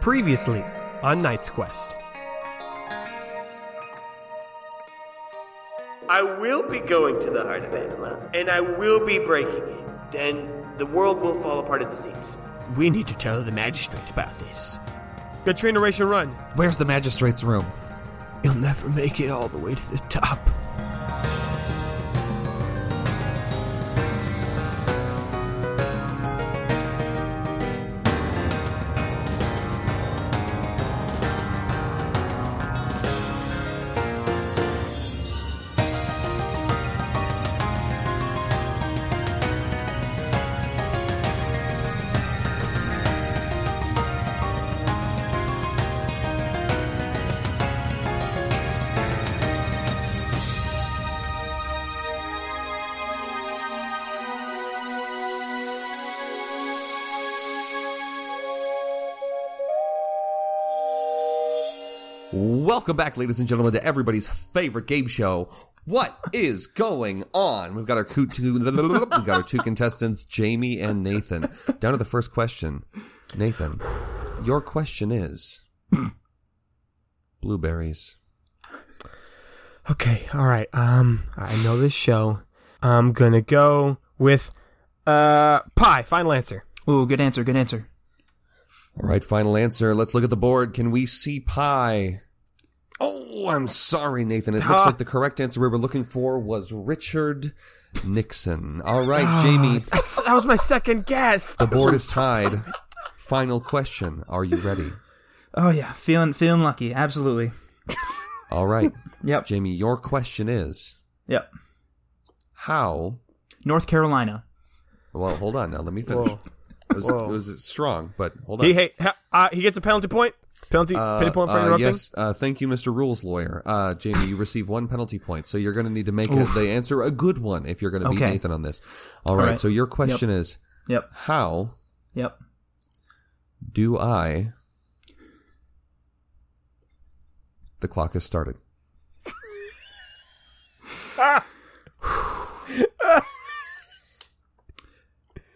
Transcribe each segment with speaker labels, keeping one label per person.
Speaker 1: Previously on Knight's Quest.
Speaker 2: I will be going to the heart of Anima, and I will be breaking it. Then the world will fall apart at the seams.
Speaker 3: We need to tell the magistrate about this.
Speaker 1: Katrina Ration Run.
Speaker 4: Where's the magistrate's room?
Speaker 3: You'll never make it all the way to the top.
Speaker 4: Welcome back, ladies and gentlemen, to everybody's favorite game show. What is going on? We've got our coo- two, we've got our two contestants, Jamie and Nathan. Down to the first question, Nathan. Your question is blueberries.
Speaker 1: Okay, all right. Um, I know this show. I'm gonna go with uh pie. Final answer.
Speaker 5: Ooh, good answer, good answer.
Speaker 4: All right, final answer. Let's look at the board. Can we see pie? Oh, I'm sorry, Nathan. It looks like the correct answer we were looking for was Richard Nixon. All right, Jamie.
Speaker 1: That was my second guess.
Speaker 4: The board is tied. Final question. Are you ready?
Speaker 5: Oh yeah, feeling feeling lucky, absolutely.
Speaker 4: All right.
Speaker 5: Yep.
Speaker 4: Jamie, your question is
Speaker 5: Yep.
Speaker 4: how.
Speaker 5: North Carolina.
Speaker 4: Well, hold on now. Let me finish. It was, it was strong, but hold on.
Speaker 1: He hey, ha, uh, he gets a penalty point. Penalty,
Speaker 4: Uh,
Speaker 1: penalty point for
Speaker 4: uh,
Speaker 1: interrupting.
Speaker 4: yes, uh, thank you, Mr. Rules lawyer. Uh, Jamie, you receive one penalty point, so you're going to need to make a, the answer a good one if you're going to beat
Speaker 5: Okay.
Speaker 4: Nathan on this. All right,
Speaker 5: right.
Speaker 4: so your question is
Speaker 5: Yep.
Speaker 4: how
Speaker 5: Yep.
Speaker 4: do I. The clock has started.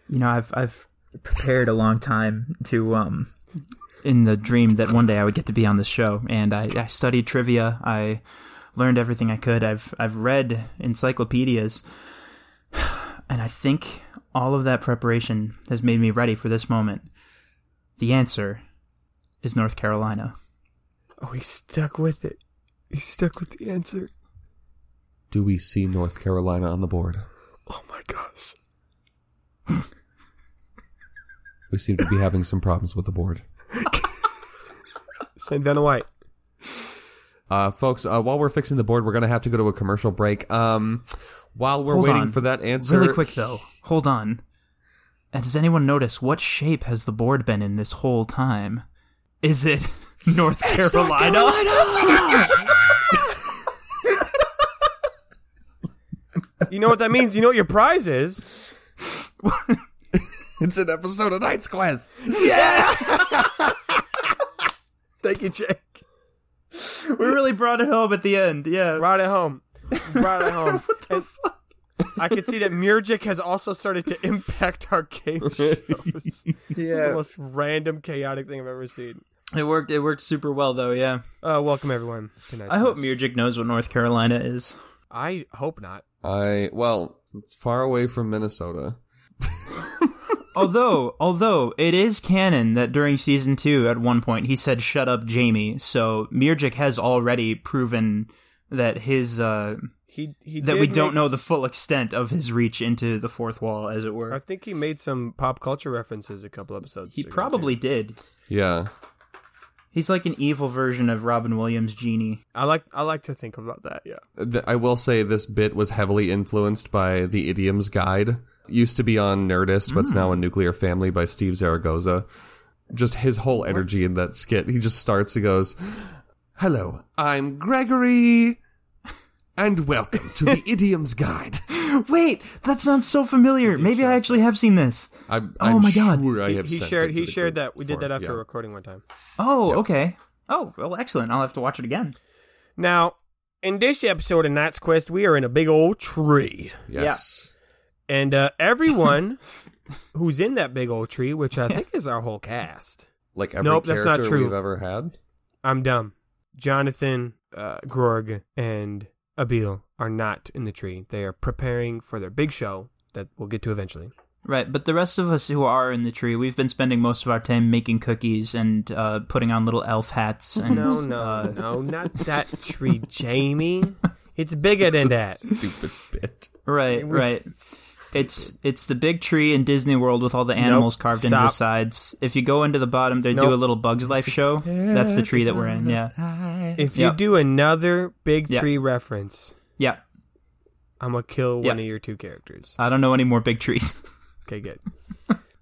Speaker 5: You know, I've I've prepared a long time to um in the dream that one day I would get to be on this show and I, I studied trivia, I learned everything I could. I've I've read encyclopedias and I think all of that preparation has made me ready for this moment. The answer is North Carolina.
Speaker 1: Oh, he stuck with it. He stuck with the answer.
Speaker 4: Do we see North Carolina on the board?
Speaker 1: Oh my gosh.
Speaker 4: We seem to be having some problems with the board.
Speaker 1: Send down a white.
Speaker 4: Uh, folks, uh, while we're fixing the board, we're going to have to go to a commercial break. Um, while we're
Speaker 5: Hold
Speaker 4: waiting
Speaker 5: on.
Speaker 4: for that answer,
Speaker 5: Really quick though, hold on. And does anyone notice what shape has the board been in this whole time? Is it North Carolina?
Speaker 1: You know what that means? You know what your prize is?
Speaker 4: it's an episode of Knight's Quest.
Speaker 1: Thank you, Jake.
Speaker 5: We really brought it home at the end. Yeah.
Speaker 1: Brought it home. Brought it home. And I can see that Murgic has also started to impact our game shows. It's the most random chaotic thing I've ever seen.
Speaker 5: It worked. It worked super well though. Yeah.
Speaker 1: Uh, welcome everyone. Tonight,
Speaker 5: I hope Murgic knows what North Carolina is.
Speaker 1: I hope not.
Speaker 4: I well, it's far away from Minnesota.
Speaker 5: although, although it is canon that during season two, at one point, he said "Shut up, Jamie." So Murgic has already proven that his uh,
Speaker 1: He he
Speaker 5: that
Speaker 1: did
Speaker 5: we don't
Speaker 1: make-
Speaker 5: know the full extent of his reach into the fourth wall, as it were.
Speaker 1: I think he made some pop culture references a couple episodes.
Speaker 5: He
Speaker 1: ago,
Speaker 5: probably
Speaker 1: too.
Speaker 5: did.
Speaker 4: Yeah,
Speaker 5: He's like an evil version of Robin Williams' genie.
Speaker 1: I like I like to think about that. Yeah.
Speaker 4: Th- I will say this bit was heavily influenced by the Idioms Guide. Used to be on Nerdist, but it's now
Speaker 1: Mm.
Speaker 4: on Nuclear Family by Steve Zaragoza. Just his whole energy in that skit. He just starts. He goes, "Hello, I'm Gregory, and welcome to the Idioms Guide."
Speaker 5: Wait, that sounds so familiar. Maybe I actually have seen this.
Speaker 4: I'm,
Speaker 5: Oh
Speaker 4: I'm
Speaker 5: my God.
Speaker 4: sure I
Speaker 1: He,
Speaker 4: have
Speaker 1: he
Speaker 4: sent
Speaker 1: shared
Speaker 4: it to
Speaker 1: he
Speaker 4: the
Speaker 1: shared
Speaker 4: group
Speaker 1: that we did
Speaker 4: before.
Speaker 1: that after
Speaker 4: Yeah.
Speaker 1: recording one time.
Speaker 5: Oh, okay. Oh, well, excellent. I'll have to watch it again.
Speaker 1: Now, in this episode of Knight's Quest, we are in a big old tree.
Speaker 4: Yes.
Speaker 1: And uh, everyone who's in that big old tree, which I think is our whole cast,
Speaker 4: Like every
Speaker 1: Nope, that's
Speaker 4: character
Speaker 1: not true.
Speaker 4: we've ever had?
Speaker 1: I'm dumb. Jonathan, uh, Grog, and Abil are not in the tree. They are preparing for their big show that we'll get to eventually.
Speaker 5: Right, but the rest of us who are in the tree, we've been spending most of our time making cookies and uh, putting on little elf hats. And,
Speaker 1: No, no,
Speaker 5: uh,
Speaker 1: no, not that tree, Jamie. It's bigger than that.
Speaker 4: Stupid bit.
Speaker 5: right, right. It's it's the big tree in Disney World with all the animals carved into the
Speaker 1: stop.
Speaker 5: sides. If you go into the bottom, they do
Speaker 1: Nope.
Speaker 5: a little Bugs Life show. That's the tree that we're in. Yeah,
Speaker 1: If you
Speaker 5: Yep.
Speaker 1: do another big
Speaker 5: Yep.
Speaker 1: tree reference,
Speaker 5: yeah.
Speaker 1: I'm gonna kill
Speaker 5: Yep.
Speaker 1: one of your two characters.
Speaker 5: I don't know any more big trees.
Speaker 1: Okay, good.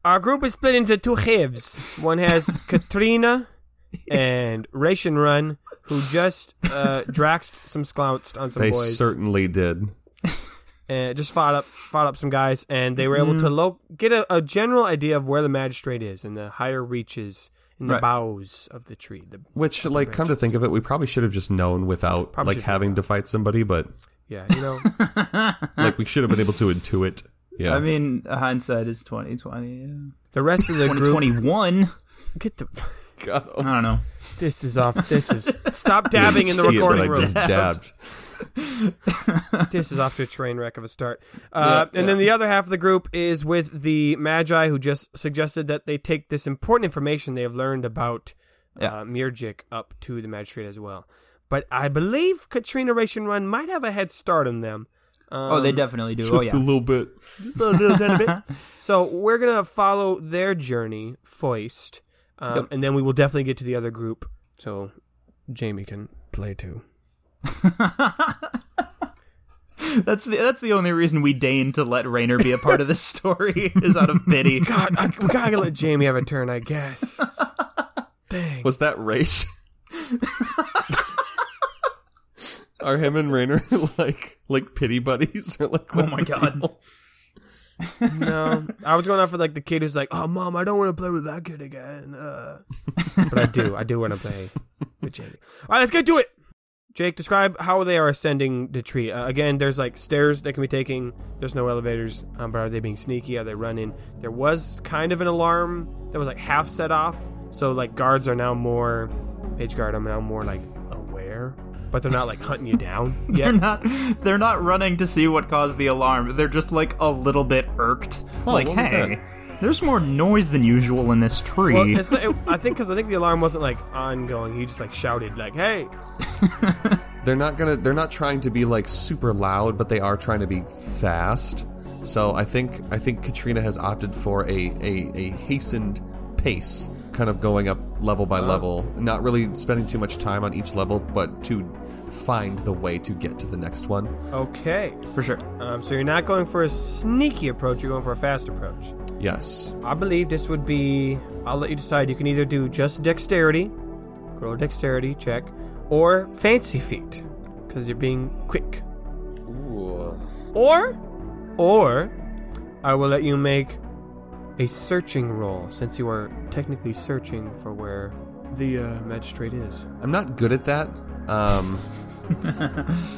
Speaker 1: Our group is split into two halves. One has Katrina and Ration Run, who just uh, draxed some sclounced on some
Speaker 4: They
Speaker 1: boys.
Speaker 4: certainly did.
Speaker 1: and just fought up fought up some guys and they were able
Speaker 5: Mm-hmm.
Speaker 1: to lo- get a, a general idea of where the magistrate is in the higher reaches in the
Speaker 5: Right.
Speaker 1: boughs of the tree the,
Speaker 4: Which, like, come to think of it, we probably should have just known without
Speaker 1: Probably
Speaker 4: like
Speaker 1: should have
Speaker 4: having to fight somebody, but
Speaker 1: yeah you know
Speaker 4: like we should have been able to intuit. Yeah,
Speaker 5: I mean, hindsight is twenty twenty. Yeah.
Speaker 1: the rest of the group
Speaker 5: Twenty one.
Speaker 1: get the
Speaker 5: I don't know.
Speaker 1: this is off this is stop dabbing in the recording room
Speaker 4: just dabbed.
Speaker 1: this is off to a train wreck of a start uh, and then the other half of the group is with the magi who just suggested that they take this important information they have learned about uh, Mirjik up to the magistrate as well but I believe Katrina Ration Run might have a head start on them
Speaker 5: Oh, they definitely do. oh
Speaker 4: Just
Speaker 5: yeah.
Speaker 4: a little bit.
Speaker 1: So we're gonna follow their journey, Foist, um, and then we will definitely get to the other group. So Jamie can play too.
Speaker 5: That's the that's the only reason we deign to let Rainer be a part of this story is out of pity.
Speaker 1: God, I, we gotta let Jamie have a turn, I guess. Dang.
Speaker 4: Was that race? Are him and Rainer like like pity buddies? Or like,
Speaker 1: Oh
Speaker 4: what's
Speaker 5: my
Speaker 4: the
Speaker 5: God.
Speaker 4: deal?
Speaker 1: No, I was going out for like the kid who's like, "Oh, mom, I don't want to play with that kid again," uh. but I do. I do want to play with Jamie. All right, let's get to it. Jake, describe how they are ascending the tree. Uh, again, there's like stairs they can be taking. There's no elevators. Um, but are they being sneaky? Are they running? There was kind of an alarm that was like half set off. So like guards are now more, page guard are now more like aware, but they're not like hunting you down
Speaker 5: They're
Speaker 1: yet.
Speaker 5: not they're not running to see what caused the alarm. They're just like a little bit irked. like,
Speaker 4: what was
Speaker 5: hey, there's more noise than usual in this tree.
Speaker 1: Well, it's not, it, I think because I think the alarm wasn't like ongoing. He just like shouted like, "Hey,
Speaker 4: They're not gonna. They're not trying to be like super loud, but they are trying to be fast. So I think I think Katrina has opted for a a, a hastened pace, kind of going up level by level, not really spending too much time on each level, but to find the way to get to the next one.
Speaker 1: Okay.
Speaker 5: for sure.
Speaker 1: Um, so you're not going for a sneaky approach, you're going for a fast approach.
Speaker 4: Yes.
Speaker 1: I believe this would be. I'll let you decide. You can either do just dexterity, roll a dexterity check, or fancy feet, because you're being quick. Or, or, I will let you make a searching roll, since you are technically searching for where the uh, magistrate is.
Speaker 4: I'm not good at that. Um,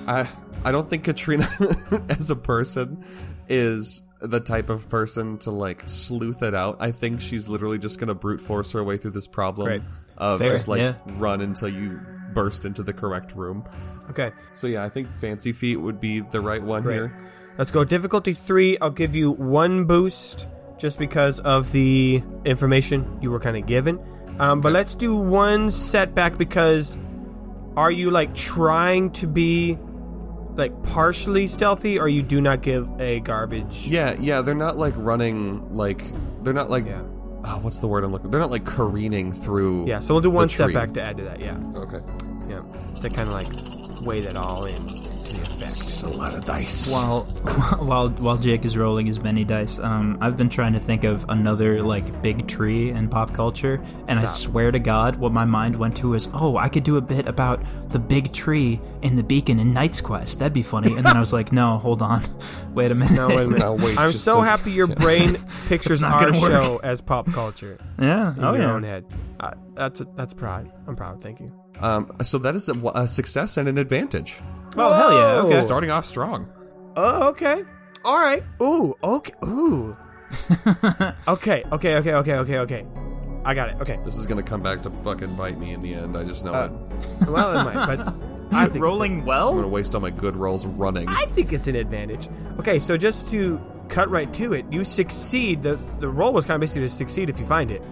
Speaker 4: I I don't think Katrina as a person is the type of person to like sleuth it out. I think she's literally just gonna brute force her way through this problem
Speaker 1: Right.
Speaker 4: of
Speaker 5: Fair,
Speaker 4: just like
Speaker 5: yeah.
Speaker 4: run until you burst into the correct room.
Speaker 1: Okay.
Speaker 4: So yeah, I think fancy feet would be the right one
Speaker 1: Right.
Speaker 4: here.
Speaker 1: Let's go difficulty three. I'll give you one boost just because of the information you were kind of given. Um, but let's do one setback because are you like trying to be like partially stealthy or you do not give a garbage?
Speaker 4: Yeah, yeah, they're not like running like they're not like
Speaker 1: Yeah.
Speaker 4: oh, what's the word I'm looking? They're not like careening through.
Speaker 1: Yeah, so we'll do one
Speaker 4: tree.
Speaker 1: setback to add to that. Yeah.
Speaker 4: Okay.
Speaker 1: Yeah. To kind of like weigh that all in to the effect.
Speaker 3: It's a lot of dice.
Speaker 5: While while while Jake is rolling his many dice, um, I've been trying to think of another like big tree in pop culture, and I swear to God, what my mind went to is, oh, I could do a bit about the big tree in the beacon in Knight's Quest. That'd be funny. And then I was like, no, hold on, wait a minute.
Speaker 1: wait a minute.
Speaker 4: Now wait,
Speaker 1: I'm
Speaker 4: just
Speaker 1: so
Speaker 4: a-
Speaker 1: happy your brain pictures
Speaker 5: not
Speaker 1: our
Speaker 5: gonna work.
Speaker 1: show as pop culture
Speaker 5: yeah,
Speaker 1: in
Speaker 5: oh
Speaker 1: your
Speaker 5: yeah.
Speaker 1: own head. Uh, that's that's proud. I'm proud. Thank you.
Speaker 4: Um, so that is a, a success and an advantage.
Speaker 1: Oh hell yeah! Okay.
Speaker 4: Starting off strong.
Speaker 1: Oh okay. All right. Ooh. Okay. Ooh. okay. Okay. Okay. Okay. Okay. Okay. I got it. Okay.
Speaker 4: This is gonna come back to fucking bite me in the end. I just know it. I'm
Speaker 1: Well, it might, but I think
Speaker 5: Rolling well?
Speaker 4: gonna waste all my good rolls running.
Speaker 1: It's a- I think it's an advantage. Okay, so just to cut right to it, you succeed. the The roll was kind of basically to succeed if you find it,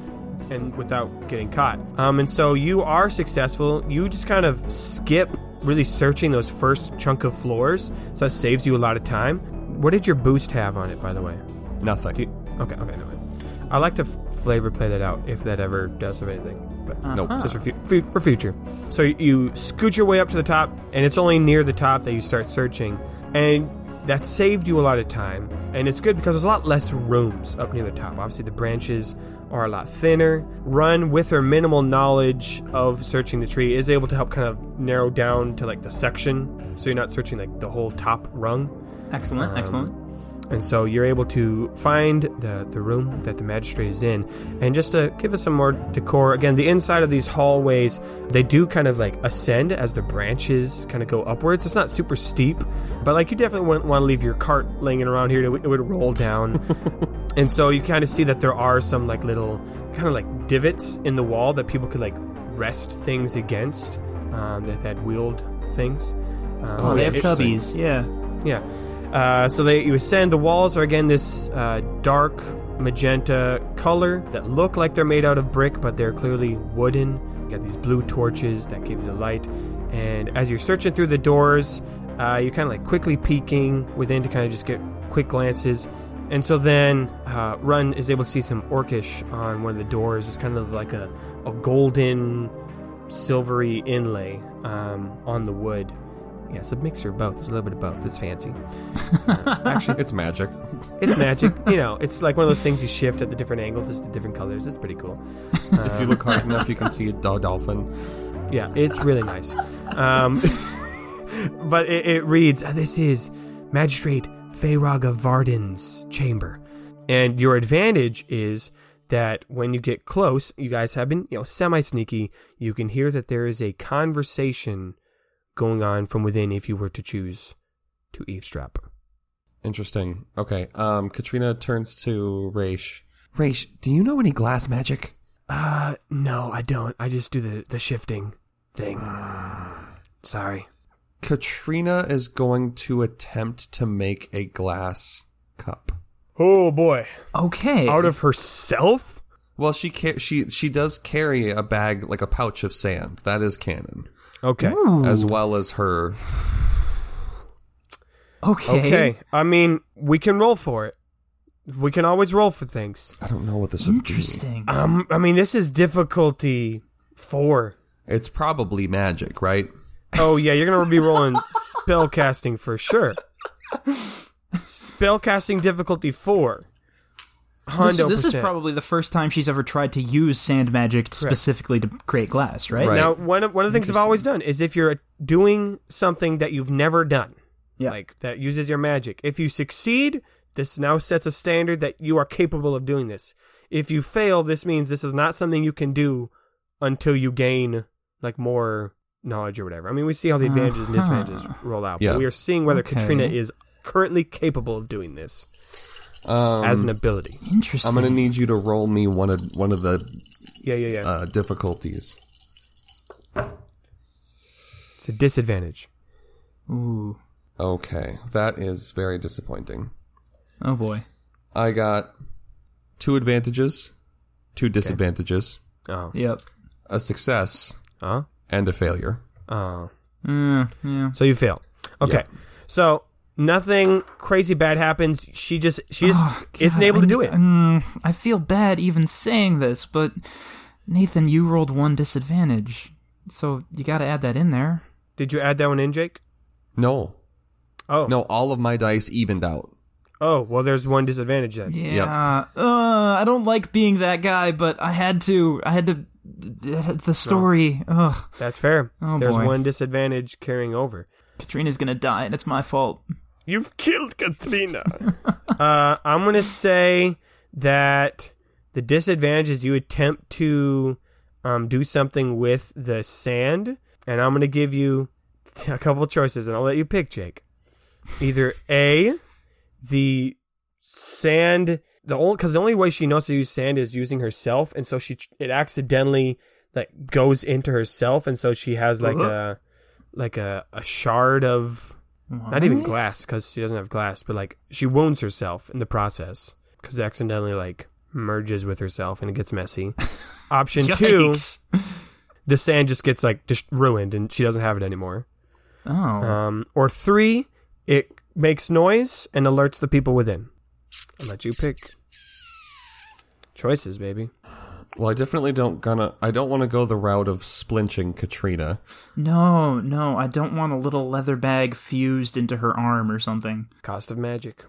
Speaker 1: and without getting caught. Um, and so you are successful. You just kind of skip really searching those first chunk of floors, so that saves you a lot of time. What did your boost have on it, by the way?
Speaker 4: Nothing.
Speaker 1: Do you- okay, okay, never mind. I like to f- flavor play that out if that ever does have anything, but
Speaker 4: Nope.
Speaker 1: just for, fu- fu- for future. So you scoot your way up to the top, and it's only near the top that you start searching, and that saved you a lot of time. And it's good because there's a lot less rooms up near the top. Obviously, the branches are a lot thinner. Run with her minimal knowledge of searching the tree is able to help kind of narrow down to like the section, so you're not searching like the whole top rung. um,
Speaker 5: Excellent, excellent.
Speaker 1: And so you're able to find the, the room that the magistrate is in. And just to give us some more decor, again, the inside of these hallways, they do kind of like ascend as the branches kind of go upwards. It's not super steep, but like you definitely wouldn't want to leave your cart laying around here. It would, it would roll down. and so you kind of see that there are some like little kind of like divots in the wall that people could like rest things against um, that had wheeled things. Um,
Speaker 5: Oh, they have
Speaker 4: interesting.
Speaker 5: cubbies. Yeah.
Speaker 1: yeah. Uh, so they you ascend. The walls are again this uh, dark magenta color that look like they're made out of brick, but they're clearly wooden. You got these blue torches that give the light. And as you're searching through the doors, uh, you're kind of like quickly peeking within to kind of just get quick glances. And so then uh, Run is able to see some orcish on one of the doors. It's kind of like a, a golden, silvery inlay um, on the wood. Yeah, it's a mixture of both. It's a little bit of both. It's fancy.
Speaker 4: Actually, it's magic.
Speaker 1: It's magic. you know, it's like one of those things you shift at the different angles. It's the different colors. It's pretty cool.
Speaker 4: if you look hard enough, you can see a do- dolphin.
Speaker 1: Yeah, it's really nice. Um, but it, it reads, "Uh, "This is Magistrate Feyraga Varden's chamber," and your advantage is that when you get close, you guys have been, you know, semi sneaky. You can hear that there is a conversation going on from within. If you were to choose to eavesdrop,
Speaker 4: Interesting. Okay. Um, Katrina turns to Raish. Raish, do you know any glass magic?
Speaker 1: uh, no, I don't. I just do the the shifting thing. Sorry.
Speaker 4: Katrina is going to attempt to make a glass cup.
Speaker 1: Oh boy!
Speaker 5: Okay.
Speaker 1: Out of herself.
Speaker 4: Well, she ca- she she does carry a bag like a pouch of sand. That is canon,
Speaker 1: Okay.
Speaker 4: as well as her.
Speaker 5: okay.
Speaker 1: Okay. I mean, we can roll for it. We can always roll for things.
Speaker 4: I don't know what this would be.
Speaker 5: Interesting.
Speaker 1: Um, I mean, this is difficulty four.
Speaker 4: It's probably magic, right?
Speaker 1: Oh yeah, you're gonna be rolling spell casting for sure. Spell casting difficulty four.
Speaker 5: This,
Speaker 1: Hondo.
Speaker 5: this is probably the first time she's ever tried to use sand magic specifically to create glass, right?
Speaker 4: Right.
Speaker 1: now one of one of the things I've always done is if you're doing something that you've never done,
Speaker 5: Yeah.
Speaker 1: like that uses your magic. If you succeed, this now sets a standard that you are capable of doing this. If you fail, this means this is not something you can do until you gain like more knowledge or whatever. I mean, we see how the advantages and disadvantages roll out,
Speaker 4: Yeah.
Speaker 1: but we are seeing whether
Speaker 5: Okay.
Speaker 1: Katrina is currently capable of doing this
Speaker 4: Um,
Speaker 1: as an ability.
Speaker 5: Interesting.
Speaker 4: I'm gonna need you to roll me one of one of the
Speaker 1: Yeah, yeah, yeah.
Speaker 4: uh, difficulties.
Speaker 1: it's a disadvantage.
Speaker 5: Ooh.
Speaker 4: Okay, that is very disappointing.
Speaker 5: Oh boy.
Speaker 4: I got two advantages, two disadvantages,
Speaker 1: Oh.
Speaker 5: Yep.
Speaker 4: a success,
Speaker 1: Huh?
Speaker 4: and a failure.
Speaker 1: Oh.
Speaker 5: Uh, yeah.
Speaker 1: So you fail. Okay.
Speaker 4: Yeah.
Speaker 1: So nothing crazy bad happens. She just she just
Speaker 5: Oh, God,
Speaker 1: isn't able to
Speaker 5: I-
Speaker 1: do it.
Speaker 5: mm, I feel bad even saying this, but Nathan, you rolled one disadvantage, so you got to add that in there.
Speaker 1: Did you add that one in, Jake?
Speaker 4: No,
Speaker 1: Oh
Speaker 4: no, all of my dice evened out.
Speaker 1: Oh well, there's one disadvantage then.
Speaker 5: Yeah. Uh, I don't like being that guy, but I had to. I had to. The story. Ugh.
Speaker 1: That's fair.
Speaker 5: Oh,
Speaker 1: there's
Speaker 5: boy.
Speaker 1: one disadvantage carrying over.
Speaker 5: Katrina's gonna die, and it's my fault.
Speaker 1: You've killed Katrina. uh, I'm gonna say that the disadvantage is you attempt to um, do something with the sand, and I'm gonna give you a couple choices, and I'll let you pick, Jake. Either A, the sand. The only because the only way she knows to use sand is using herself, and so she it accidentally like goes into herself, and so she has like a like a, a shard of not even
Speaker 5: What?
Speaker 1: glass because she doesn't have glass, but like she wounds herself in the process because it accidentally like merges with herself and it gets messy. Option two,
Speaker 5: Yikes.
Speaker 1: the sand just gets like just ruined and she doesn't have it anymore.
Speaker 5: Oh,
Speaker 1: Um, or three, it makes noise and alerts the people within. I'll let you pick choices, baby.
Speaker 4: Well, I definitely don't gonna. I don't want to go the route of splinching Katrina.
Speaker 5: no, no, I don't want a little leather bag fused into her arm or something.
Speaker 1: Cost of magic.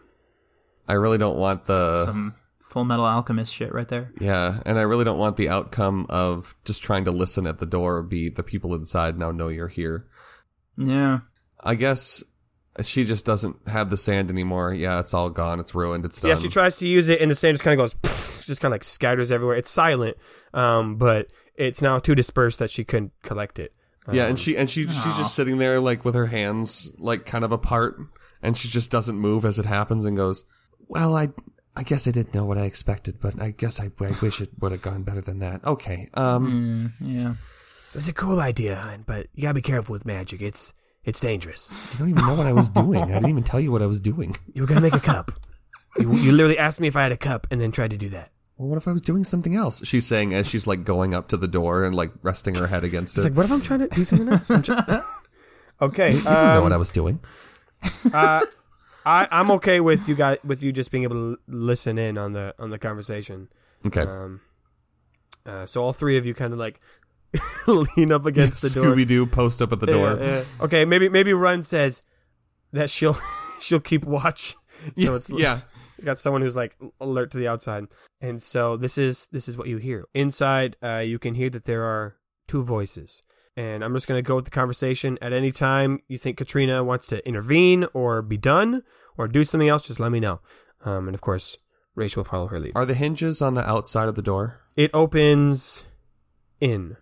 Speaker 4: I really don't want the.
Speaker 5: Some Full Metal Alchemist shit right there.
Speaker 4: Yeah, and I really don't want the outcome of just trying to listen at the door be the people inside now know you're here.
Speaker 5: Yeah.
Speaker 4: I guess she just doesn't have the sand anymore. Yeah, it's all gone. It's ruined. It's done.
Speaker 1: Yeah, she tries to use it, and the sand just kind of goes, just kind of like scatters everywhere. It's silent, um, but it's now too dispersed that she couldn't collect it.
Speaker 4: yeah, and she and she she's just sitting there like with her hands like kind of apart, and she just doesn't move as it happens, and goes, "Well, I." I guess I didn't know what I expected, but I guess I, I wish it would have gone better than that. Okay. Um,
Speaker 1: Hmm.
Speaker 5: Yeah.
Speaker 1: It was a cool idea, hon, but you gotta be careful with magic. It's it's dangerous.
Speaker 4: I don't even know what I was doing. I didn't even tell you what I was doing.
Speaker 1: You were gonna make a cup. You, you literally asked me if I had a cup, and then tried to do that.
Speaker 4: Well, what if I was doing something else? She's saying as she's like going up to the door and like resting her head against it.
Speaker 1: It's like, what if I'm trying to do something else? I'm try- okay,
Speaker 4: I don't know
Speaker 1: um,
Speaker 4: what I was doing.
Speaker 1: I, I'm okay with you guys with you just being able to l- listen in on the on the conversation.
Speaker 4: Okay.
Speaker 1: Um, uh, so all three of you kind of like lean up against the door.
Speaker 4: Scooby Doo post up at the door.
Speaker 1: Yeah, yeah. Okay, maybe maybe Run says that she'll she'll keep watch. So it's
Speaker 4: yeah.
Speaker 1: you got someone who's like alert to the outside, and so this is this is what you hear inside. Uh, you can hear that there are two voices, and I'm just gonna go with the conversation. At any time you think Katrina wants to intervene or be done or do something else, just let me know. Um, and of course, Rachel will follow her lead.
Speaker 4: Are the hinges on the outside of the door?
Speaker 1: It opens in.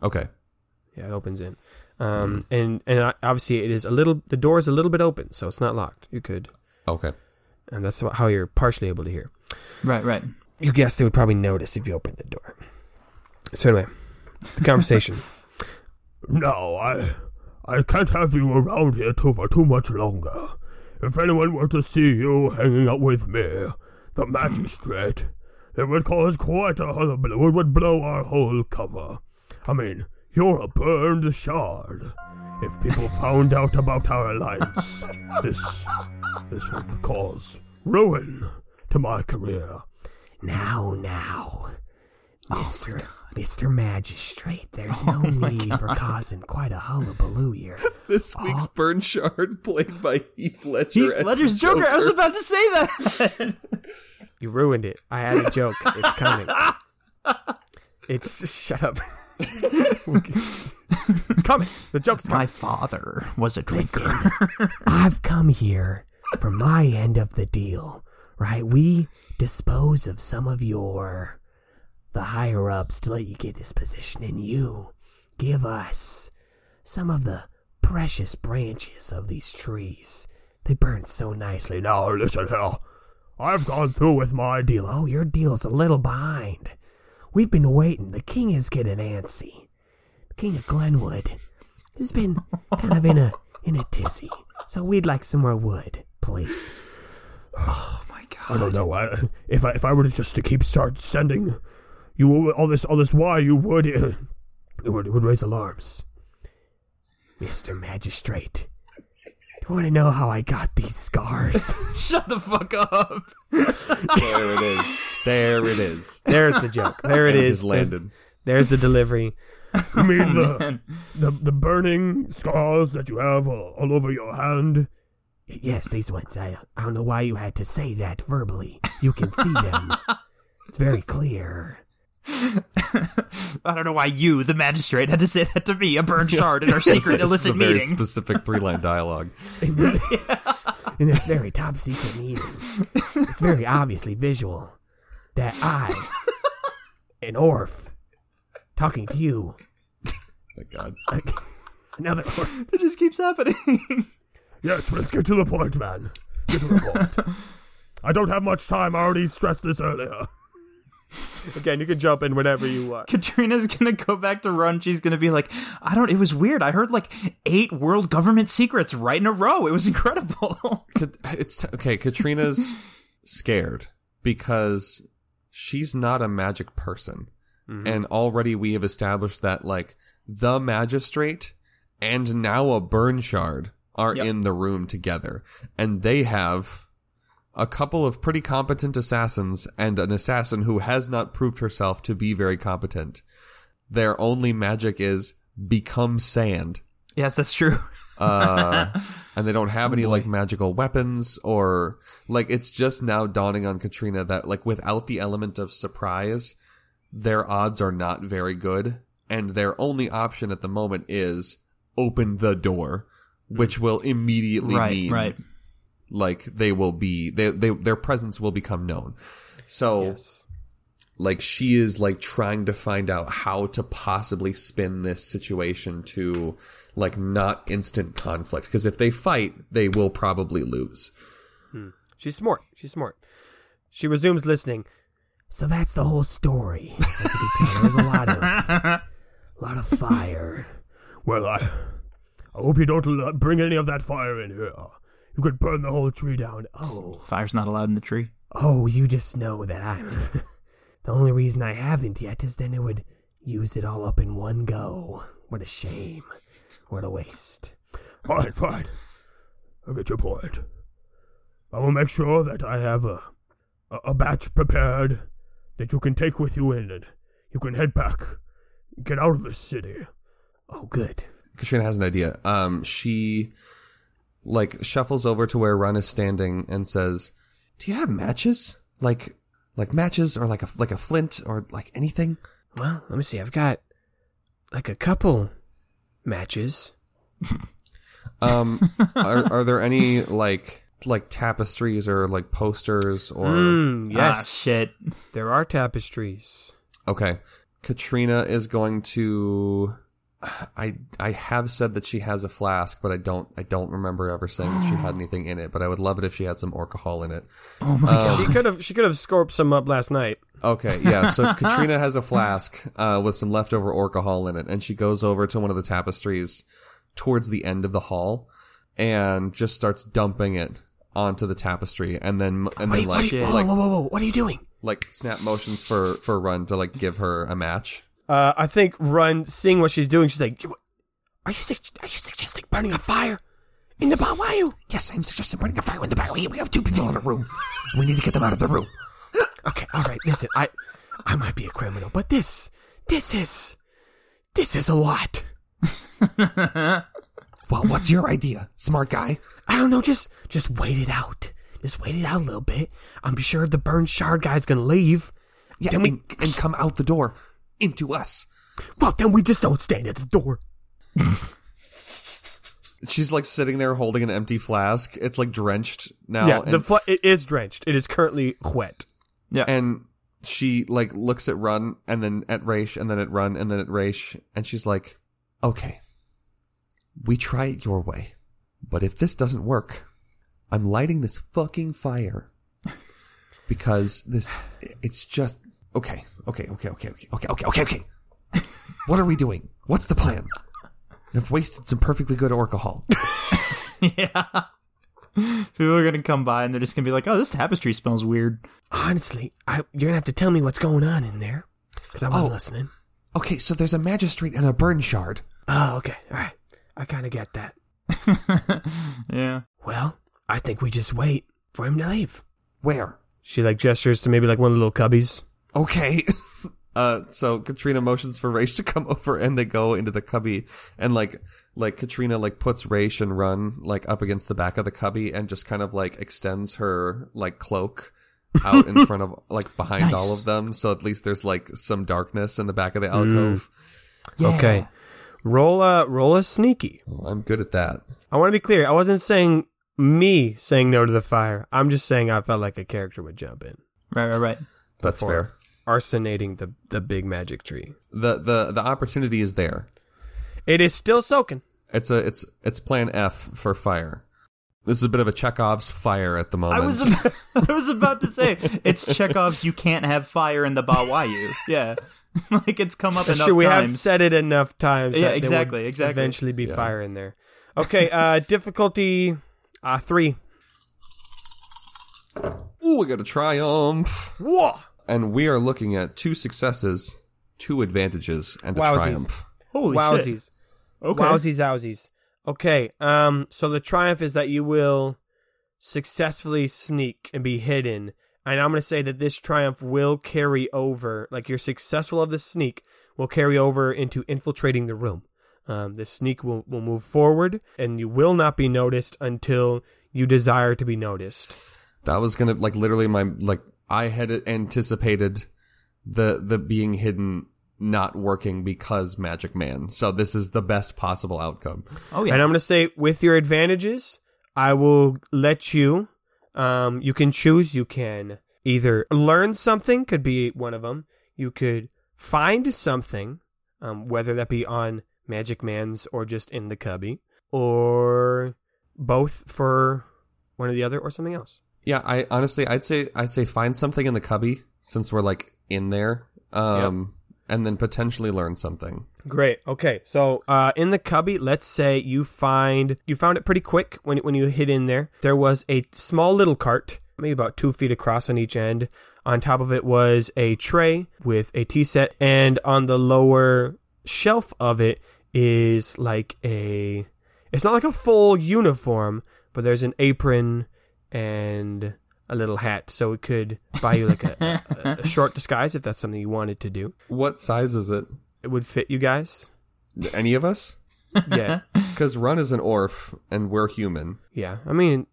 Speaker 4: Okay.
Speaker 1: Yeah, it opens in. Um, and and I- obviously it is a little. The door is a little bit open, so it's not locked. You could,
Speaker 4: Okay.
Speaker 1: and that's how you're partially able to hear.
Speaker 5: Right, right.
Speaker 1: You guessed they would probably notice if you opened the door. So anyway, the conversation.
Speaker 6: No, I I can't have you around here too for too much longer. If anyone were to see you hanging out with me, the magistrate, it would cause quite a hullabaloo. It would blow our whole cover. I mean, you're a burned shard. If people found out about our alliance, this this would cause ruin to my career.
Speaker 3: Now, now. Mr. Mr. Magistrate, there's no need for causing quite a hullabaloo here.
Speaker 4: This week's Burn Shard played by Heath Ledger. as the
Speaker 5: Ledger's Joker. I was about to say that.
Speaker 1: you ruined it. I had a joke. It's coming. It's shut up. it's coming. The joke's coming.
Speaker 5: My father was a drinker.
Speaker 3: I've come here for my end of the deal, right? We dispose of some of your the higher ups to let you get this position, and you give us some of the precious branches of these trees. They burn so nicely.
Speaker 6: Now listen here. I've gone through with my deal.
Speaker 3: Oh, your deal's a little behind. We've been waiting. The king is getting antsy. The king of Glenwood has been kind of in a in a tizzy. So we'd like some more wood, please.
Speaker 6: I don't know. I, if I if I were to just to keep start sending you all this all this why you would it would, it would raise alarms.
Speaker 3: Mr. Magistrate, do you want to know how I got these scars?
Speaker 5: Shut the fuck up.
Speaker 4: There it is. There it is.
Speaker 1: There's the joke. There it
Speaker 4: And it
Speaker 1: is.
Speaker 4: is landed.
Speaker 1: There's, there's the delivery.
Speaker 6: You mean
Speaker 4: Oh,
Speaker 6: the, the the burning scars that you have all, all over your hand?
Speaker 3: yes, these ones. I, I don't know why you had to say that verbally. You can see them, it's very clear.
Speaker 5: I don't know why you, the magistrate, had to say that to me, a burned shard, in our secret
Speaker 4: It's a
Speaker 5: illicit
Speaker 4: very
Speaker 5: meeting.
Speaker 4: specific three line dialogue.
Speaker 3: in this very top secret meeting. It's very obviously visual that I, an orf, talking to you,
Speaker 4: My God.
Speaker 3: another orf,
Speaker 5: it just keeps happening.
Speaker 6: Yes, let's get to the point, man. Get to the point. I don't have much time. I already stressed this earlier.
Speaker 1: Again, you can jump in whenever you want.
Speaker 5: Katrina's gonna go back to run. She's gonna be like, I don't. It was weird. I heard like eight world government secrets right in a row. It was incredible.
Speaker 4: Kat- It's t- okay. Katrina's scared because she's not a magic person, and already we have established that like the magistrate and now a burn shard are in the room together, and they have a couple of pretty competent assassins and an assassin who has not proved herself to be very competent. Their only magic is become sand
Speaker 5: yes, that's true.
Speaker 4: uh, and they don't have any like magical weapons or like it's just now dawning on Katrina that like without the element of surprise, their odds are not very good, and their only option at the moment is open the door, which will immediately
Speaker 5: right,
Speaker 4: mean
Speaker 5: right.
Speaker 4: like they will be they, they their presence will become known. So like she is like trying to find out how to possibly spin this situation to like not instant conflict because if they fight they will probably lose
Speaker 1: She's smart. She's smart. She resumes listening.
Speaker 3: So that's the whole story. As you can tell, there's a lot of, a lot of fire.
Speaker 6: Well, I, I hope you don't l- bring any of that fire in here. You could burn the whole tree down.
Speaker 3: Oh,
Speaker 5: Fire's not allowed in the tree.
Speaker 3: oh, you just know that I'm. the only reason I haven't yet is then it would use it all up in one go. What a shame. What a waste.
Speaker 6: Fine, fine. I get your point. I will make sure that I have a, a, a batch prepared that you can take with you in and you can head back. Get out of this city.
Speaker 3: Oh, good.
Speaker 4: katrina has an idea um she like shuffles over to where ron is standing and says do you have matches like like matches or like a like a flint or like anything
Speaker 1: Well, let me see. I've got like a couple matches.
Speaker 4: um are, are there any like like tapestries or like posters or
Speaker 1: Mm, yes.
Speaker 5: Ah, shit.
Speaker 1: There are tapestries.
Speaker 4: Okay. Katrina is going to I I have said that she has a flask, but I don't I don't remember ever saying if she had anything in it, but I would love it if she had some alcohol in it.
Speaker 1: She could have. She could have scorped some up last night.
Speaker 4: Okay, yeah. So Katrina has a flask uh, with some leftover alcohol in it, and she goes over to one of the tapestries towards the end of the hall and just starts dumping it onto the tapestry, and then and then like
Speaker 5: wait,
Speaker 4: like
Speaker 3: Whoa, whoa, whoa. What are you doing?
Speaker 4: like snap motions for for Run to like give her a match.
Speaker 1: Uh, I think Run, seeing what she's doing, she's like, "You-
Speaker 3: Are you, sug- are you suggesting burning a fire in the bar? Why you? Yes, I'm suggesting burning a fire in the bar. We have two people in a room. We need to get them out of the room. Okay, all right. Listen, I, I might be a criminal, but this, this is, this is a lot.
Speaker 4: Well, what's your idea, smart guy?
Speaker 3: I don't know. Just, just wait it out. Just wait it out a little bit. I'm sure the burn shard guy's gonna leave.
Speaker 4: Yeah,
Speaker 3: Then we-
Speaker 4: and, and come out the door into us.
Speaker 3: Well, then we just don't stand at the door.
Speaker 4: She's like sitting there holding an empty flask. It's like drenched now.
Speaker 1: "Yeah,
Speaker 4: and,
Speaker 1: the fl- it is drenched. It is currently wet."
Speaker 4: and she like looks at Run and then at Raish and then at Run and then at Raish and she's like, "Okay, we try it your way, but if this doesn't work, I'm lighting this fucking fire because this it's just okay, okay, okay, okay, okay, okay, okay, okay, okay. What are we doing? What's the plan? I've wasted some perfectly good alcohol.
Speaker 5: yeah. People are gonna come by and they're just gonna be like, "Oh, this tapestry smells weird."
Speaker 3: Honestly, I, you're gonna have to tell me what's going on in there, because I wasn't
Speaker 4: Oh.
Speaker 3: listening.
Speaker 4: Okay, so there's a magistrate and a burn shard.
Speaker 3: Oh, okay, all right. I kind of get that.
Speaker 5: yeah.
Speaker 3: Well, I think we just wait for him to leave.
Speaker 4: Where?
Speaker 1: She like gestures to maybe like one of the little cubbies.
Speaker 4: okay. uh, so Katrina motions for Raish to come over, and they go into the cubby, and like, like Katrina like puts Raish and Run like up against the back of the cubby, and just kind of like extends her like cloak out in front of like behind all of them, so at least there's like some darkness in the back of the alcove.
Speaker 1: Okay, roll a roll a sneaky.
Speaker 5: Mm.
Speaker 4: Well, I'm good at that.
Speaker 1: I want to be clear. I wasn't saying me saying no to the fire. I'm just saying I felt like a character would jump in,
Speaker 5: Right, right, right.
Speaker 4: That's fair.
Speaker 1: arsonating the the big magic tree.
Speaker 4: The the the opportunity is there.
Speaker 1: It is still soaking.
Speaker 4: It's a it's it's plan F for fire. This is a bit of a Chekhov's fire at the moment.
Speaker 5: I was ab- I was about to say it's Chekhov's. You can't have fire in the Bawayu. Yeah, like it's come up enough
Speaker 1: sure, we have
Speaker 5: times.
Speaker 1: said it enough times.
Speaker 5: Yeah,
Speaker 1: that there
Speaker 5: exactly,
Speaker 1: would
Speaker 5: exactly.
Speaker 1: Eventually, be fire in there. Okay, uh, difficulty uh, three.
Speaker 4: Ooh, we got a triumph.
Speaker 1: Whoa!
Speaker 4: And we are looking at two successes, two advantages, and a
Speaker 1: Wowzies.
Speaker 4: triumph.
Speaker 5: Holy
Speaker 1: Wowsies.
Speaker 5: shit! Okay.
Speaker 1: Wowsies, ousies. Okay. Um. So the triumph is that you will successfully sneak and be hidden. And I'm going to say that this triumph will carry over, like you're successful of the sneak, will carry over into infiltrating the room. Um, the sneak will, will move forward, and you will not be noticed until you desire to be noticed.
Speaker 4: That was gonna like literally my like I had anticipated the the being hidden not working because Magic Man. So this is the best possible outcome.
Speaker 5: Oh yeah.
Speaker 1: And I'm going to say, with your advantages, I will let you. Um, you can choose. You can either learn something, could be one of them. You could find something, um, whether that be on Magic Man's or just in the cubby, or both for one or the other, or something else.
Speaker 4: Yeah, I honestly I'd say I'd say find something in the cubby since we're like in there. Um and then potentially learn something.
Speaker 1: Great. Okay. So, uh, in the cubby, let's say you find you found it pretty quick when when you hid in there. There was a small little cart, maybe about two feet across on each end. On top of it was a tray with a tea set, and on the lower shelf of it is like a. It's not like a full uniform, but there's an apron and a little hat, so it could buy you like a, a, a short disguise if that's something you wanted to do.
Speaker 4: What size is it?
Speaker 1: It would fit you guys.
Speaker 4: Any of us?
Speaker 1: Yeah.
Speaker 4: Because Run is an orf and we're human.
Speaker 1: Yeah, I mean,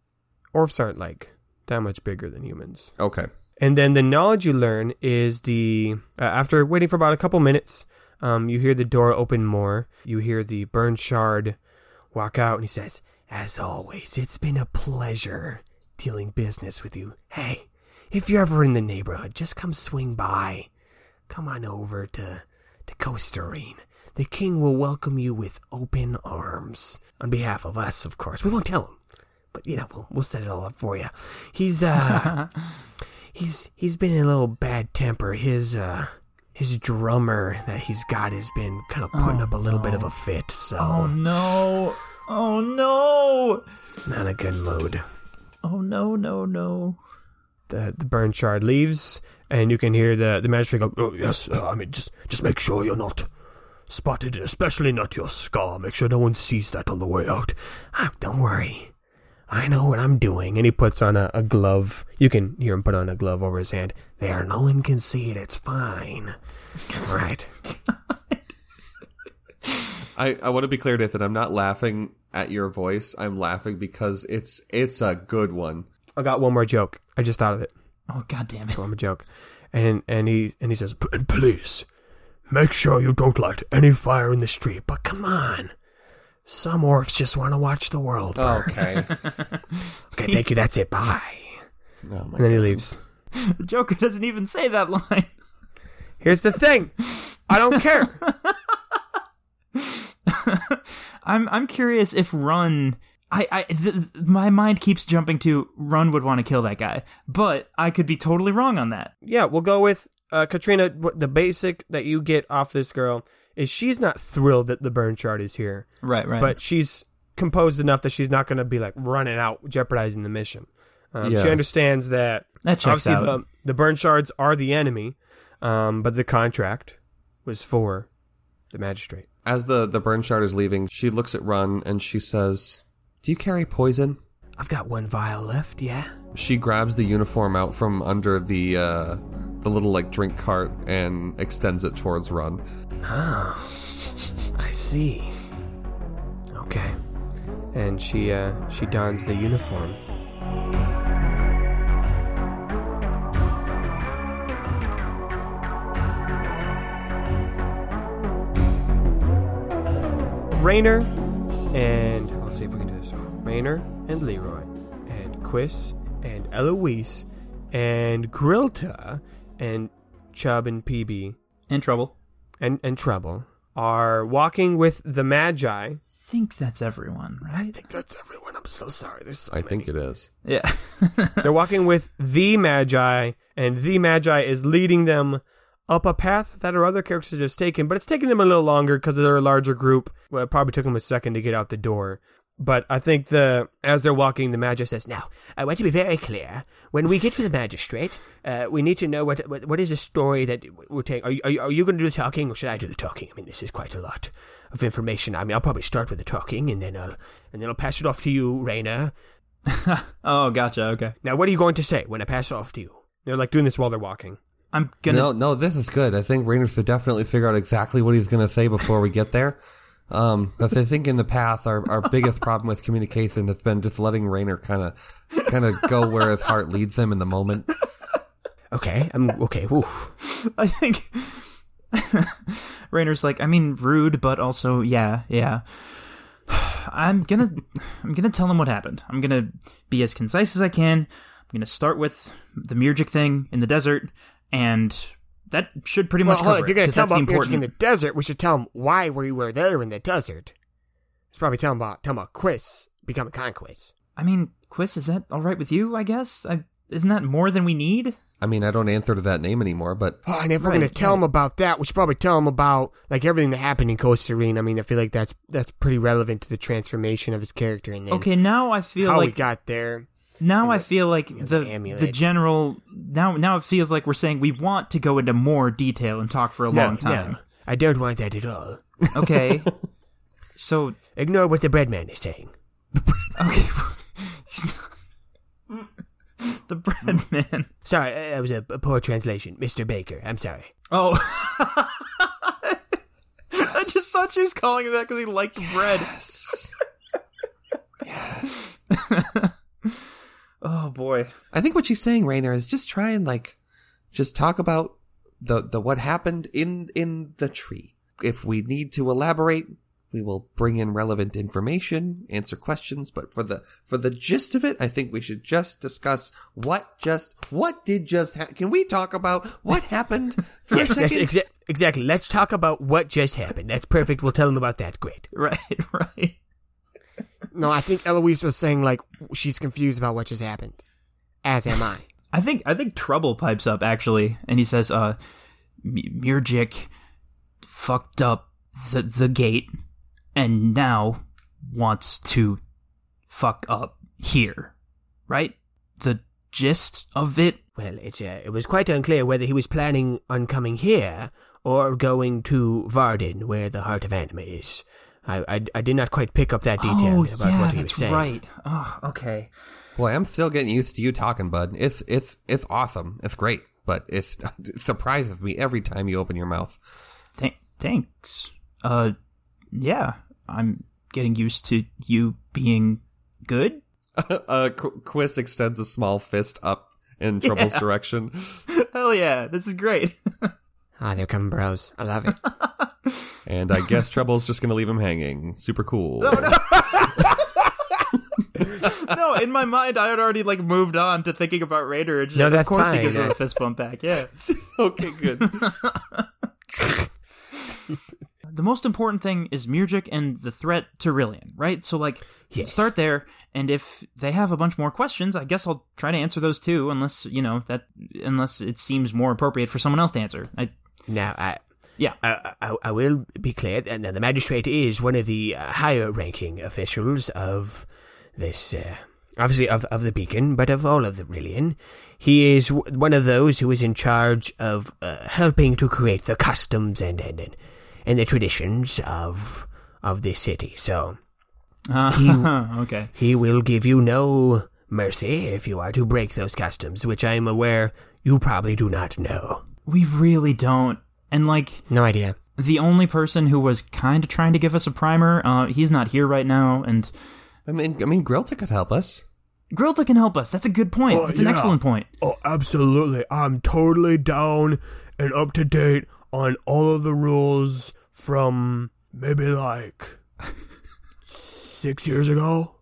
Speaker 1: orfs aren't like that much bigger than humans.
Speaker 4: Okay.
Speaker 1: And then the knowledge you learn is the uh, after waiting for about a couple minutes, um, you hear the door open more. You hear the burn shard walk out, and he says,
Speaker 3: As always, it's been a pleasure dealing business with you. Hey, if you're ever in the neighborhood, just come swing by. Come on over to, to Coasterine. The king will welcome you with open arms. On behalf of us, of course. We won't tell him. But you know, we'll, we'll set it all up for you. He's uh he's he's been in a little bad temper. His uh his drummer that he's got has been kind of putting up a little bit of a fit, so
Speaker 5: oh no! Oh no!
Speaker 3: not a good mood.
Speaker 5: Oh no! No no!
Speaker 1: "The the burn shard leaves," and you can hear the the magistrate go,
Speaker 6: Oh, yes, uh, I mean, just, just make sure you're not spotted, especially not your scar. Make sure no one sees that on the way out.
Speaker 3: Ah, don't worry. I know what I'm doing.
Speaker 1: and he puts on a, a glove. You can hear him put on a glove over his hand.
Speaker 3: There, no one can see it. It's fine. All right.
Speaker 4: I, I want to be clear, Nathan. I'm not laughing at your voice. I'm laughing because it's it's a good one.
Speaker 1: I got one more joke. I just thought of it.
Speaker 5: Oh god damn it!
Speaker 1: One more joke, and and he and he says,
Speaker 6: P- and please, make sure you don't light any fire in the street. But
Speaker 3: But come on. Some orphs just want to watch the world. burn.
Speaker 4: Okay.
Speaker 3: Okay, thank you. That's it. Bye.
Speaker 4: oh my
Speaker 1: and then he leaves.
Speaker 5: The Joker doesn't even say that line.
Speaker 1: Here's the thing. I don't care.
Speaker 5: I'm I'm curious if Run. I, I th- th- my mind keeps jumping to Run would want to kill that guy, but I could be totally wrong on that.
Speaker 1: yeah, we'll go with uh, Katrina. What the basic that you get off this girl is she's not thrilled that the burn chart is here,
Speaker 5: Right, right.
Speaker 1: but she's composed enough that she's not going to be like running out, jeopardizing the mission. Um,
Speaker 4: Yeah.
Speaker 1: She understands that,
Speaker 5: That checks
Speaker 1: obviously
Speaker 5: out.
Speaker 1: The, the burn shards are the enemy, um, but the contract was for the magistrate.
Speaker 4: As the the burn shard is leaving, she looks at Run and she says, "Do you carry poison?"
Speaker 3: I've got one vial left, yeah?
Speaker 4: She grabs the uniform out from under the uh, the little like drink cart and extends it towards Run.
Speaker 1: Ah,
Speaker 3: I see. Okay.
Speaker 1: And she uh, she dons the uniform. Rainer and let's see if we can do this one. Rainer and Leroy and Quiss and Eloise and Grilta and Chubb and PB
Speaker 5: in trouble.
Speaker 1: and, and Trouble are walking with the Magi
Speaker 5: think that's everyone, right?
Speaker 1: That's everyone. I'm so sorry. There's so
Speaker 4: I think it is.
Speaker 5: Yeah.
Speaker 1: They're walking with the Magi, and the Magi is leading them up a path that our other characters have taken, but it's taking them a little longer because they're a larger group. Well, it probably took them a second to get out the door. But I think the as they're walking, the Magi says, "Now, I want to be very clear. When we get to the magistrate, uh, we need to know what, what what is the story that we're taking. Are you, are you, are you going to do the talking, or should I do the talking? I mean, this is quite a lot of information. I mean, I'll probably start with the talking, and then I'll and then I'll pass it off to you, Raina,
Speaker 5: oh, gotcha. Okay.
Speaker 1: now, what are you going to say when I pass it off to you? They're like doing this while they're walking.
Speaker 5: I'm gonna.
Speaker 4: No, no, this is good. I think Rainer should definitely figure out exactly what he's going to say before we get there. Um, 'cause I think in the past, our, our biggest problem with communication has been just letting Rainer kind of, kind of go where his heart leads him in the moment.
Speaker 1: Okay, I'm okay. Woof.
Speaker 5: I think Rainer's like, I mean, rude, but also, yeah, yeah. I'm gonna, I'm gonna tell him what happened. I'm gonna be as concise as I can. I'm gonna start with the Murgic thing in the desert, and that should pretty much cover it, 'cause that's the important.
Speaker 1: desert, we should tell them why we were there in the desert. Let's probably tell them about tell them about Quiz become a conquest.
Speaker 5: I mean, Quiz, is that all right with you? I guess. I, isn't that more than we need?
Speaker 4: I mean, I don't answer to that name anymore, but
Speaker 1: Oh, and if we're gonna
Speaker 5: Right,
Speaker 1: tell them about that, we should probably tell them about like everything that happened in Coast Serene. I mean, I feel like that's that's pretty relevant to the transformation of his character and then
Speaker 5: Okay, now I feel
Speaker 1: how
Speaker 5: like
Speaker 1: we got there.
Speaker 5: Now I feel like the
Speaker 1: amulet.
Speaker 5: the general now now it feels like we're saying we want to go into more detail and talk for a long time.
Speaker 1: I don't want that at all.
Speaker 5: Okay. so
Speaker 1: Ignore what the bread man is saying.
Speaker 5: okay. the bread man.
Speaker 1: Sorry, uh, that was a, a poor translation, Mister Baker. I'm sorry.
Speaker 5: Oh. I just thought she was calling him that cuz he liked bread. Yes. oh boy.
Speaker 4: I think what she's saying, Rainer, is just try and like, just talk about the, the, what happened in, in the tree. If we need to elaborate, we will bring in relevant information, answer questions, but for the, for the gist of it, I think we should just discuss what just, what did just happen. Can we talk about what happened for
Speaker 1: Yes,
Speaker 4: a
Speaker 1: that's
Speaker 4: second?
Speaker 1: exa- exactly. Let's talk about what just happened. That's perfect. We'll tell them about that. Great.
Speaker 5: Right, right.
Speaker 7: No, I think Eloise was saying like she's confused about what just happened. As am I.
Speaker 5: I think I think Trouble pipes up actually, and he says, "Uh, M- Mirjik fucked up the the gate, and now wants to fuck up here, right? The gist of it,
Speaker 1: Well, it's uh, it was quite unclear whether he was planning on coming here or going to Varden, where the heart of anima is. I, I, I did not quite pick up that detail
Speaker 5: Oh,
Speaker 1: about
Speaker 5: yeah,
Speaker 1: what he was
Speaker 5: that's
Speaker 1: saying.
Speaker 5: right. Oh, okay.
Speaker 4: Boy, I'm still getting used to you talking, bud. It's, it's, it's awesome. It's great, but it's, it surprises me every time you open your mouth.
Speaker 5: Th- thanks. Uh, yeah, I'm getting used to you being good.
Speaker 4: uh, Qu- Quiz extends a small fist up in Trouble's direction.
Speaker 5: Hell yeah, this is great.
Speaker 7: Ah, they're coming bros. I love it.
Speaker 4: And I guess Trouble's just going to leave him hanging. Super cool.
Speaker 5: no, in my mind, I had already like moved on to thinking about Raider. And just,
Speaker 1: No, that's
Speaker 5: of course
Speaker 1: fine.
Speaker 5: he gives him a fist bump back. Yeah.
Speaker 4: okay, good.
Speaker 5: The most important thing is Murgic and the threat to Rillian, right? So like,
Speaker 1: Yes.
Speaker 5: start there. And if they have a bunch more questions, I guess I'll try to answer those too. Unless you know that, unless it seems more appropriate for someone else to answer. I
Speaker 1: Now, I,
Speaker 5: yeah.
Speaker 1: I, I, I will be clear. And the magistrate is one of the uh, higher-ranking officials of this, uh, obviously of, of the Beacon, but of all of the Rillian. He is w- one of those who is in charge of uh, helping to create the customs and and and, and the traditions of of this city. So
Speaker 5: okay.
Speaker 1: he will give you no mercy if you are to break those customs, which I am aware you probably do not know.
Speaker 5: We really don't. And like,
Speaker 7: No idea.
Speaker 5: the only person who was kind of trying to give us a primer, uh, he's not here right now, and.
Speaker 4: I mean, I mean, Grilta could help us.
Speaker 5: Grilta can help us. That's a good point.
Speaker 6: Oh,
Speaker 5: That's an
Speaker 6: yeah.
Speaker 5: excellent point.
Speaker 6: Oh, absolutely. I'm totally down and up to date on all of the rules from maybe like six years ago.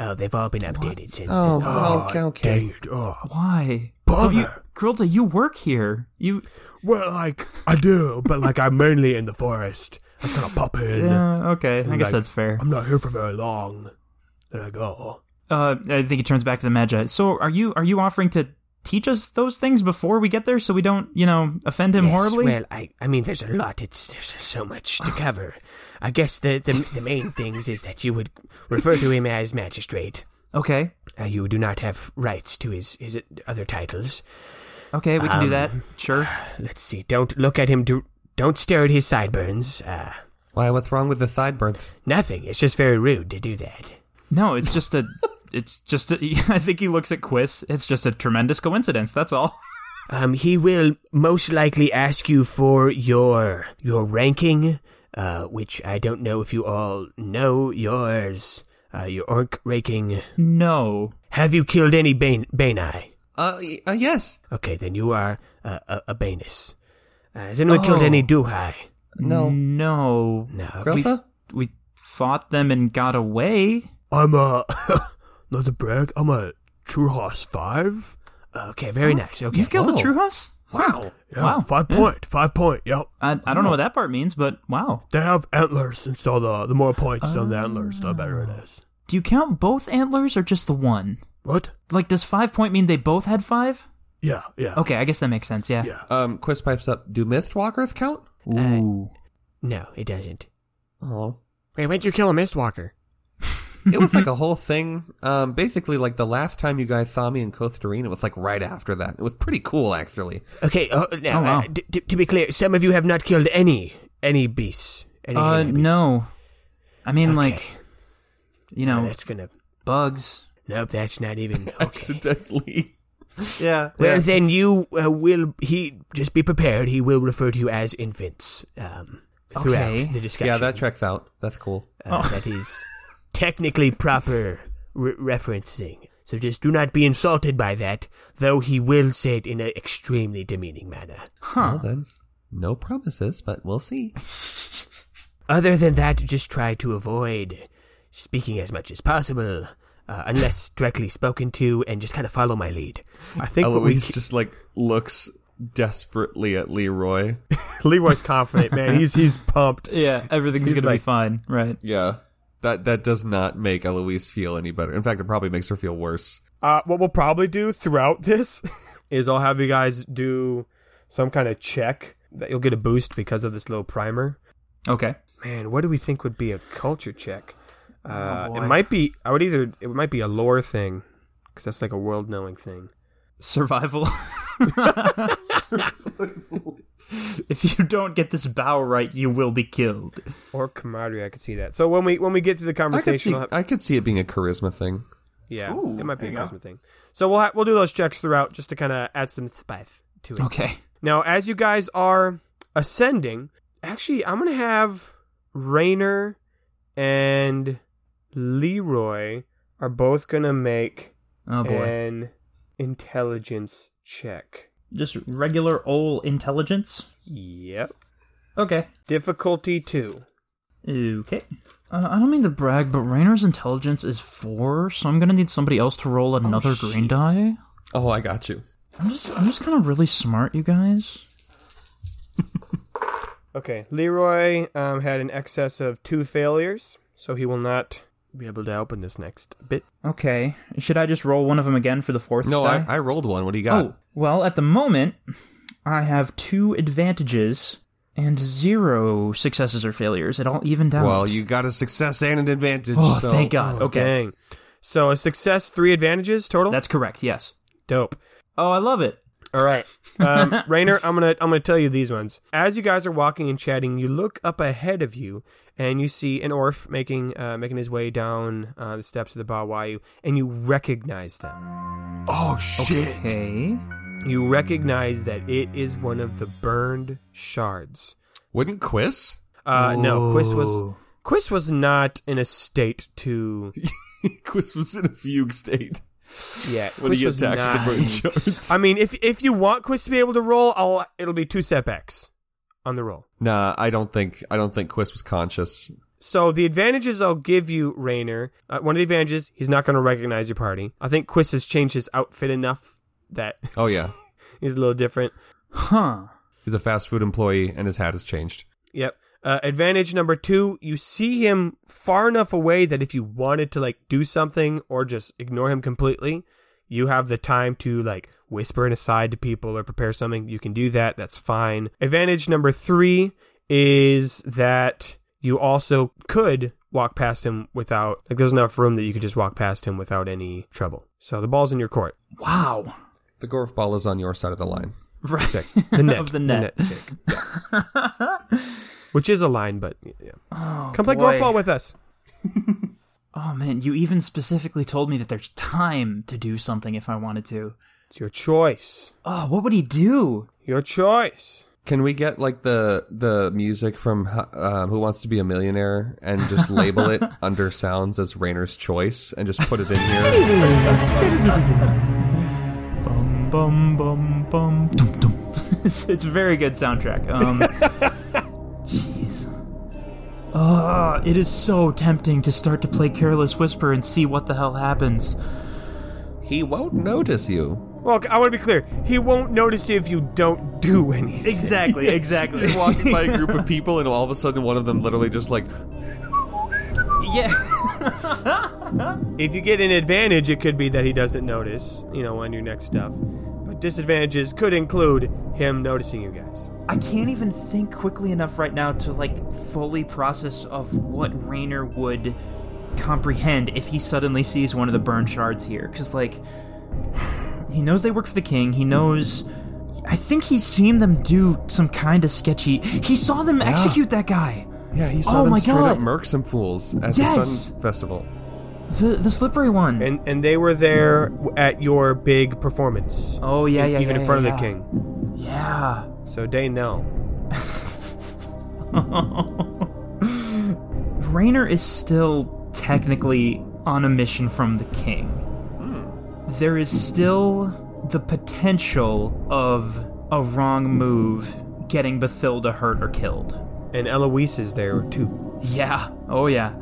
Speaker 1: Oh, they've all been updated since.
Speaker 4: Oh,
Speaker 1: then.
Speaker 4: okay, okay.
Speaker 6: Dang it. Oh.
Speaker 5: Why?
Speaker 6: Bummer.
Speaker 5: Don't you, Grilda, you work here. You
Speaker 6: Well, like, I do, but like, I'm mainly in the forest. That's gonna pop in.
Speaker 5: Yeah, uh, okay. I
Speaker 6: And,
Speaker 5: guess
Speaker 6: like,
Speaker 5: that's fair.
Speaker 6: I'm not here for very long. There I go.
Speaker 5: Uh, I think it turns back to the Magi. So, are you are you offering to teach us those things before we get there, so we don't, you know, offend him
Speaker 3: Yes,
Speaker 5: horribly?
Speaker 3: Well, I, I mean, there's a lot. It's there's so much to cover. I guess the, the the main things is that you would refer to him as magistrate.
Speaker 5: okay,
Speaker 3: Uh, you do not have rights to his his other titles.
Speaker 5: okay, we can do
Speaker 3: Um,
Speaker 5: that. Sure.
Speaker 3: Let's see. Don't look at him. Do, don't stare at his sideburns. Uh,
Speaker 4: Why? What's wrong with the sideburns?
Speaker 3: nothing. It's just very rude to do that.
Speaker 5: No, it's just a. It's just. A, I think he looks at Quiz. It's just a tremendous coincidence. That's all.
Speaker 3: Um, he will most likely ask you for your your ranking, uh, which I don't know if you all know yours. Uh, your orc ranking.
Speaker 5: No.
Speaker 3: Have you killed any Bane Banei?
Speaker 4: Uh, y- uh yes.
Speaker 3: Okay, then you are uh, a, a Banus. Uh, has anyone killed
Speaker 5: Oh.
Speaker 3: any Duhai?
Speaker 4: No.
Speaker 5: No.
Speaker 3: No. okay.
Speaker 5: We,
Speaker 4: Grota?
Speaker 5: we fought them and got away.
Speaker 6: I'm a not to brag. I'm a true horse five.
Speaker 3: Okay, very nice. Okay.
Speaker 5: You've killed
Speaker 4: Whoa.
Speaker 5: a Truhas?
Speaker 4: Wow.
Speaker 6: Yeah,
Speaker 5: Wow.
Speaker 6: five point, five point. Yep,
Speaker 5: I, I don't know what that part means, but wow.
Speaker 6: they have antlers, and so the the more points on the
Speaker 3: Ah.
Speaker 6: antlers, the better it is.
Speaker 5: Do you count both antlers or just the one?
Speaker 6: What?
Speaker 5: Like, does five point mean they both had five?
Speaker 6: Yeah, yeah.
Speaker 5: Okay, I guess that makes sense. Yeah.
Speaker 6: Yeah.
Speaker 4: Um, Quiz pipes up. Do Mistwalkers count?
Speaker 3: Uh,
Speaker 5: Ooh.
Speaker 3: No, it doesn't.
Speaker 4: Oh,
Speaker 7: Wait, when'd you kill a Mistwalker?
Speaker 4: it was like a whole thing. Um, basically, like the last time you guys saw me in Costa Rica, it was like right after that. It was pretty cool, actually.
Speaker 3: Okay. Uh, now,
Speaker 5: Oh, wow.
Speaker 3: uh, d- d- to be clear, some of you have not killed any any beasts. Any
Speaker 5: uh,
Speaker 3: Hydra beasts.
Speaker 5: no. I mean,
Speaker 3: Okay.
Speaker 5: like, you
Speaker 3: Uh,
Speaker 5: know,
Speaker 3: that's gonna.
Speaker 5: bugs.
Speaker 3: Nope, that's not even okay.
Speaker 4: Accidentally.
Speaker 5: Yeah.
Speaker 3: Well, then you uh, will. He just be prepared. He will refer to you as infants um, throughout
Speaker 5: Okay.
Speaker 3: the discussion.
Speaker 4: Yeah, that checks out. That's cool.
Speaker 3: uh,
Speaker 1: Oh.
Speaker 3: that is technically proper re- referencing. So just do not be insulted by that, though he will say it in an extremely demeaning manner.
Speaker 4: Well, then, no promises, but we'll see.
Speaker 3: Other than that, just try to avoid speaking as much as possible, uh, unless directly spoken to, and just kind of follow my lead.
Speaker 1: I think what we
Speaker 4: Eloise just like looks desperately at Leroy.
Speaker 1: Leroy's confident, man. He's he's pumped.
Speaker 5: Yeah, everything's
Speaker 1: He's
Speaker 5: going to
Speaker 1: like-
Speaker 5: be fine. Right.
Speaker 4: Yeah. That that does not make Eloise feel any better. In fact, it probably makes her feel worse.
Speaker 1: Uh, what we'll probably do throughout this is I'll have you guys do some kind of check that you'll get a boost because of this little primer.
Speaker 5: Okay.
Speaker 1: Man, what do we think would be a culture check? Uh,
Speaker 5: Oh,
Speaker 1: it
Speaker 5: boy.
Speaker 1: might be. I would either. It might be a lore thing, because that's like a world knowing thing.
Speaker 5: Survival. if you don't get this bow right, you will be killed.
Speaker 1: Or camaraderie, I could see that. So when we when we get to the
Speaker 4: I could
Speaker 1: conversation,
Speaker 4: see
Speaker 1: we'll have-
Speaker 4: I could see it being a charisma thing.
Speaker 1: yeah,
Speaker 5: Ooh,
Speaker 1: it might be
Speaker 5: there
Speaker 1: a
Speaker 5: you go.
Speaker 1: cosmic thing. So we'll ha- we'll do those checks throughout just to kind of add some spice to it.
Speaker 5: Okay.
Speaker 1: Now, as you guys are ascending, actually, I'm gonna have Rainer and Leroy are both gonna make
Speaker 5: Oh
Speaker 3: Eh.
Speaker 5: boy.
Speaker 1: an intelligence check.
Speaker 5: Just regular old intelligence.
Speaker 1: Yep.
Speaker 5: Okay.
Speaker 1: Difficulty two.
Speaker 5: Okay. Uh, I don't mean to brag, but Rainer's intelligence is four, so I'm gonna need somebody else to roll another green die.
Speaker 4: Oh, I got you.
Speaker 5: I'm just, I'm just kind of really smart, you guys.
Speaker 1: Okay, Leroy um, had an excess of two failures, so he will not be able to open this next bit.
Speaker 5: Okay. Should I just roll one of them again for the fourth?
Speaker 4: No, I,
Speaker 5: die?
Speaker 4: I rolled one. What do you got?
Speaker 5: Oh, well, at the moment, I have two advantages and zero successes or failures. It all evened out.
Speaker 4: well, you got a success and an advantage.
Speaker 5: Oh,
Speaker 4: so-
Speaker 5: thank God. okay.
Speaker 1: Dang. So a success, three advantages total.
Speaker 5: That's correct, yes.
Speaker 1: dope.
Speaker 5: Oh, I love it.
Speaker 1: All right, um, Rainer, I'm gonna I'm gonna tell you these ones. As you guys are walking and chatting, you look up ahead of you and you see an orf making uh, making his way down uh, the steps of the Bawayu, and you recognize them.
Speaker 6: Oh shit!
Speaker 5: Okay.
Speaker 1: You recognize that it is one of the burned shards.
Speaker 4: Wouldn't Quiz?
Speaker 1: Uh, no, Quiz was
Speaker 4: Oh.
Speaker 5: Ooh.
Speaker 1: Quiz was not in a state to.
Speaker 4: Quiz was in a fugue state
Speaker 1: Yeah,
Speaker 4: when
Speaker 1: Quiz
Speaker 4: he
Speaker 1: was
Speaker 4: attacks
Speaker 1: not-
Speaker 4: the burn shards.
Speaker 1: I mean, if if you want Quiz to be able to roll, I'll it'll be two setbacks on the roll.
Speaker 4: Nah, I don't think I don't think Quiz was conscious.
Speaker 1: So the advantages I'll give you, Rainer. Uh, one of the advantages, he's not going to recognize your party. I think Quiz has changed his outfit enough that
Speaker 4: Oh yeah,
Speaker 1: he's a little different.
Speaker 5: Huh.
Speaker 4: he's a fast food employee and his hat has changed.
Speaker 1: Yep.
Speaker 3: Uh, advantage number two, you see him far enough away that if you wanted to like do something or just ignore him completely, you have the time to like whisper an aside to people or prepare something. You can do that. That's fine. Advantage number three is that you also could walk past him without like there's enough room that you could just walk past him without any trouble. So the ball's in your court.
Speaker 5: Wow.
Speaker 4: The Gorf ball is on your side of the line.
Speaker 5: Right.
Speaker 3: Check the net.
Speaker 5: Of the net.
Speaker 3: Jake. Yeah. Which is a line, but yeah.
Speaker 5: Oh,
Speaker 3: Come play
Speaker 5: boy.
Speaker 3: golf ball with us.
Speaker 5: Oh man, you even specifically told me that there's time to do something if I wanted to.
Speaker 3: It's your choice.
Speaker 5: Oh, what would he do?
Speaker 3: Your choice.
Speaker 4: Can we get like the the music from uh, Who Wants to Be a Millionaire and just label it under sounds as Rainer's choice and just put it in here?
Speaker 5: Bum bum bum bum. Dum, dum. it's, it's a very good soundtrack. Um, jeez. Oh, it is so tempting to start to play Careless Whisper and see what the hell happens.
Speaker 4: He won't notice you.
Speaker 3: Well, I want to be clear. He won't notice you if you don't do anything.
Speaker 5: Exactly, exactly.
Speaker 4: Walking by a group of people and all of a sudden one of them literally just like
Speaker 5: yeah.
Speaker 3: If you get an advantage, it could be that he doesn't notice, you know, on your next stuff. But disadvantages could include him noticing you guys.
Speaker 5: I can't even think quickly enough right now to like fully process of what Rainer would comprehend if he suddenly sees one of the burn shards here cuz like he knows they work for the king. He knows I think he's seen them do some kind of sketchy. He saw them execute that guy.
Speaker 4: Yeah, he saw
Speaker 5: Oh
Speaker 4: them
Speaker 5: my
Speaker 4: straight up
Speaker 5: God.
Speaker 4: murk some fools at the
Speaker 5: Yes.
Speaker 4: Sun Festival.
Speaker 5: The the slippery one.
Speaker 3: And and they were there at your big performance.
Speaker 5: oh yeah, yeah,
Speaker 3: even
Speaker 5: yeah,
Speaker 3: in front
Speaker 5: yeah,
Speaker 3: of the king.
Speaker 5: yeah.
Speaker 3: So they know.
Speaker 5: Rainer is still technically on a mission from the king. There is still the potential of a wrong move getting Bathilda hurt or killed.
Speaker 3: And Eloise is there too.
Speaker 5: Yeah. Oh, yeah.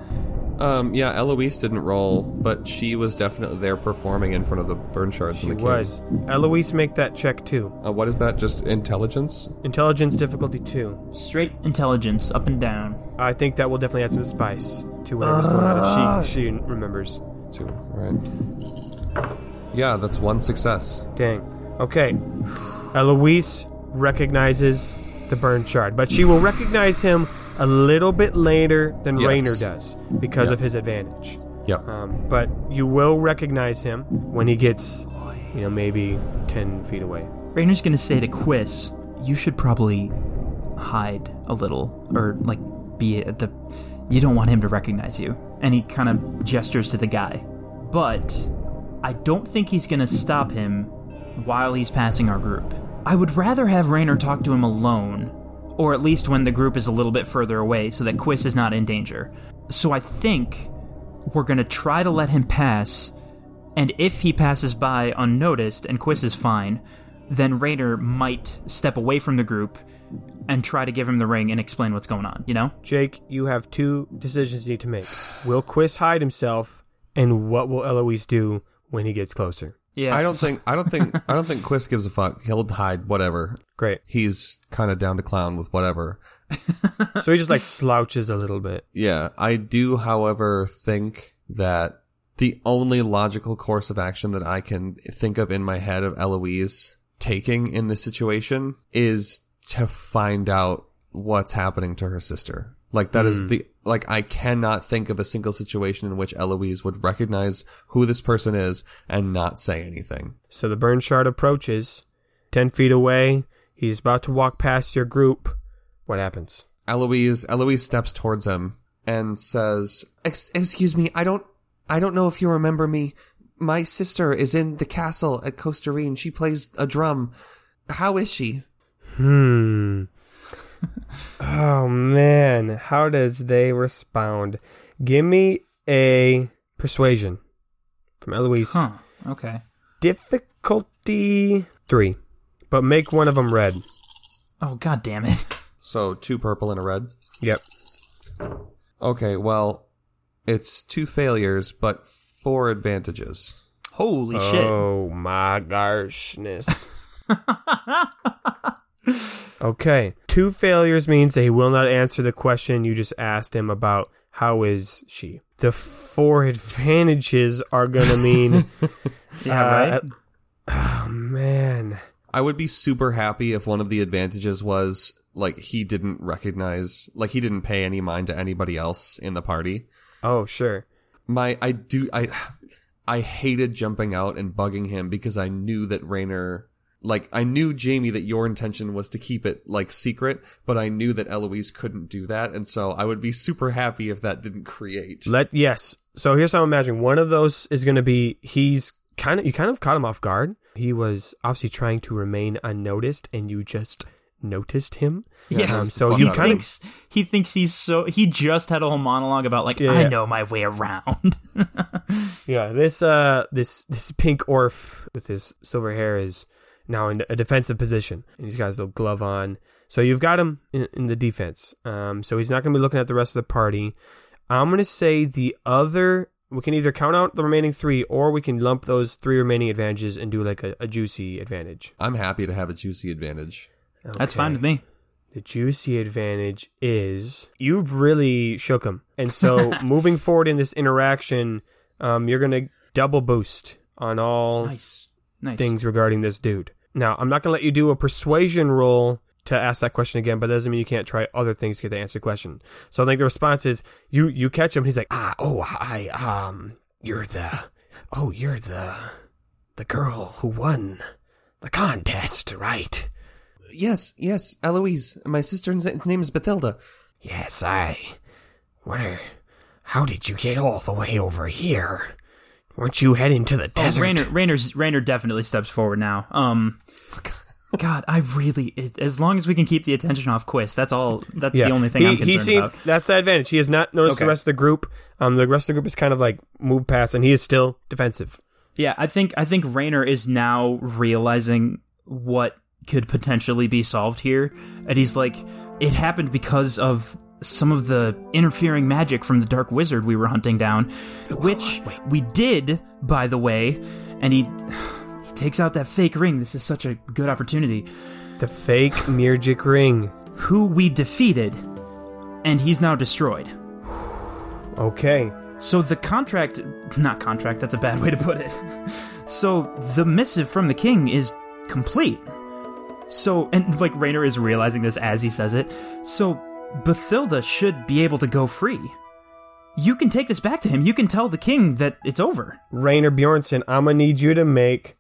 Speaker 4: Um, yeah, Eloise didn't roll, but she was definitely there performing in front of the burn shards
Speaker 3: She
Speaker 4: and the king.
Speaker 3: was. Eloise make that check too.
Speaker 4: Uh, what is that? Just intelligence?
Speaker 3: Intelligence difficulty two.
Speaker 5: Straight intelligence up and down.
Speaker 3: I think that will definitely add some spice to whatever's going
Speaker 5: Ah.
Speaker 3: on if she she remembers.
Speaker 4: Two, right? Yeah, that's one success.
Speaker 3: Dang. Okay. Eloise recognizes the burn shard, but she will recognize him a little bit later than
Speaker 4: Yes.
Speaker 3: Raynor does because
Speaker 4: Yeah.
Speaker 3: of his advantage.
Speaker 4: Yep.
Speaker 3: Um, but you will recognize him when he gets, you know, maybe 10 feet away.
Speaker 5: Rainer's gonna say to Quiz, you should probably hide a little, or, like, be at the. You don't want him to recognize you. And he kind of gestures to the guy. But I don't think he's gonna stop him while he's passing our group. I would rather have Rainer talk to him alone, or at least when the group is a little bit further away so that Quiz is not in danger. So I think we're gonna try to let him pass and if he passes by unnoticed and Quiz is fine, then Rainer might step away from the group and try to give him the ring and explain what's going on, you know?
Speaker 3: Jake, you have two decisions you need to make. Will Quiz hide himself, and what will Eloise do when he gets closer?
Speaker 5: Yeah.
Speaker 4: I don't think I don't think I don't think Quist gives a fuck. He'll hide whatever.
Speaker 3: Great.
Speaker 4: He's kind of down to clown with whatever.
Speaker 3: So he just like slouches a little bit.
Speaker 4: Yeah, I do however think that the only logical course of action that I can think of in my head of Eloise taking in this situation is to find out what's happening to her sister. Like that is the like I cannot think of a single situation in which Eloise would recognize who this person is and not say anything.
Speaker 3: So the burn shard approaches, 10 feet away. He's about to walk past your group. What happens?
Speaker 4: Eloise Eloise steps towards him and says, Ex- "Excuse me, I don't I don't know if you remember me. My sister is in the castle at Costarine. She plays a drum. How is she?"
Speaker 3: Hmm. oh, man. How does they respond? Give me a persuasion from Eloise.
Speaker 5: Huh. Okay.
Speaker 3: Difficulty three, but make one of them red.
Speaker 5: Oh god damn it.
Speaker 4: So, two purple and a red.
Speaker 3: Yep.
Speaker 4: Okay, well, it's two failures but four advantages.
Speaker 5: Holy
Speaker 3: Oh my goshness. okay. two failures means that he will not answer the question you just asked him about how is she. The four advantages are going to mean.
Speaker 5: Yeah,
Speaker 3: uh,
Speaker 5: right?
Speaker 3: Oh, man.
Speaker 4: I would be super happy if one of the advantages was like he didn't recognize, like he didn't pay any mind to anybody else in the party.
Speaker 3: Oh, sure.
Speaker 4: My, I do, I, I hated jumping out and bugging him because I knew that Rainer, like, I knew Jamie that your intention was to keep it like secret, but I knew that Eloise couldn't do that, and so I would be super happy if that didn't create.
Speaker 3: Let yes. So here's how I'm imagining one of those is going to be he's kind of you kind of caught him off guard. He was obviously trying to remain unnoticed, and you just noticed him.
Speaker 5: Yeah.
Speaker 3: Um, so
Speaker 5: he
Speaker 3: you kind of
Speaker 5: thinks he thinks he's so. He just had a whole monologue about like
Speaker 3: Yeah,
Speaker 5: I
Speaker 3: yeah.
Speaker 5: know my way around.
Speaker 3: yeah. This uh this this pink orf with his silver hair is now in a defensive position, and he's got his little glove on. So you've got him in, in the defense. Um, so he's not going to be looking at the rest of the party. I'm going to say the other. We can either count out the remaining three, or we can lump those three remaining advantages and do like a, a juicy advantage.
Speaker 4: I'm happy to have a juicy advantage.
Speaker 5: That's
Speaker 3: Okay.
Speaker 5: fine with me.
Speaker 3: The juicy advantage is you've really shook him. And so moving forward in this interaction, um, you're going to double boost on all
Speaker 5: Nice, nice.
Speaker 3: things regarding this dude. Now, I'm not going to let you do a persuasion roll to ask that question again, but that doesn't mean you can't try other things to get the answer to the question. So I think the response is you you catch him and he's like,
Speaker 8: Ah, oh, I, um, you're the, oh, you're the, the girl who won the contest, right?
Speaker 4: Yes, yes, Eloise. My sister's name is Bathilda.
Speaker 8: Yes, I. Where, how did you get all the way over here? Weren't you heading to the
Speaker 5: Oh,
Speaker 8: desert?
Speaker 5: Rainer, Rainer's, Rainer definitely steps forward now. Um, God, I really. It, as long as we can keep the attention off Quist, that's all. That's the only thing
Speaker 3: he,
Speaker 5: I'm
Speaker 3: he
Speaker 5: concerned
Speaker 3: seemed-
Speaker 5: about.
Speaker 3: That's the advantage. He has not noticed the
Speaker 5: Okay.
Speaker 3: rest of the group. Um, the rest of the group is kind of like moved past, and he is still defensive.
Speaker 5: Yeah, I think I think Rainer is now realizing what could potentially be solved here, and he's like, it happened because of some of the interfering magic from the dark wizard we were hunting down, which we did, by the way, and he. he Takes out that fake ring. This is such a good opportunity.
Speaker 3: The fake Mirjik ring.
Speaker 5: Who we defeated, and he's now destroyed.
Speaker 3: Okay.
Speaker 5: So the contract, not contract, that's a bad way to put it. So the missive from the king is complete. So, and like Raynor is realizing this as he says it. So Bathilda should be able to go free. You can take this back to him. You can tell the king that it's over.
Speaker 3: Rainer Bjornsson, I'm gonna need you to make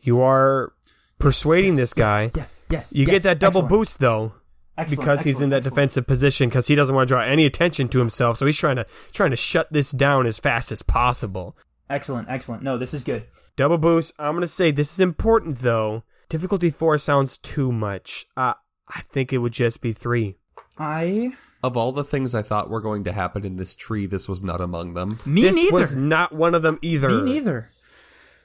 Speaker 3: you are persuading this guy.
Speaker 5: Yes, yes.
Speaker 3: You get that double boost though.
Speaker 5: Excellent,
Speaker 3: because he's in that
Speaker 5: excellent, excellent.
Speaker 3: defensive position, because he doesn't want to draw any attention to himself, so he's trying to trying to shut this down as fast as possible.
Speaker 5: Excellent, excellent. No, this is good.
Speaker 3: Double boost. I'm gonna say this is important though. Difficulty four sounds too much. Uh, I think it would just be three.
Speaker 5: I.
Speaker 4: Of all the things I thought were going to happen in this tree, this was not among them.
Speaker 5: Me
Speaker 3: this
Speaker 5: neither.
Speaker 3: was not one of them either.
Speaker 5: Me neither.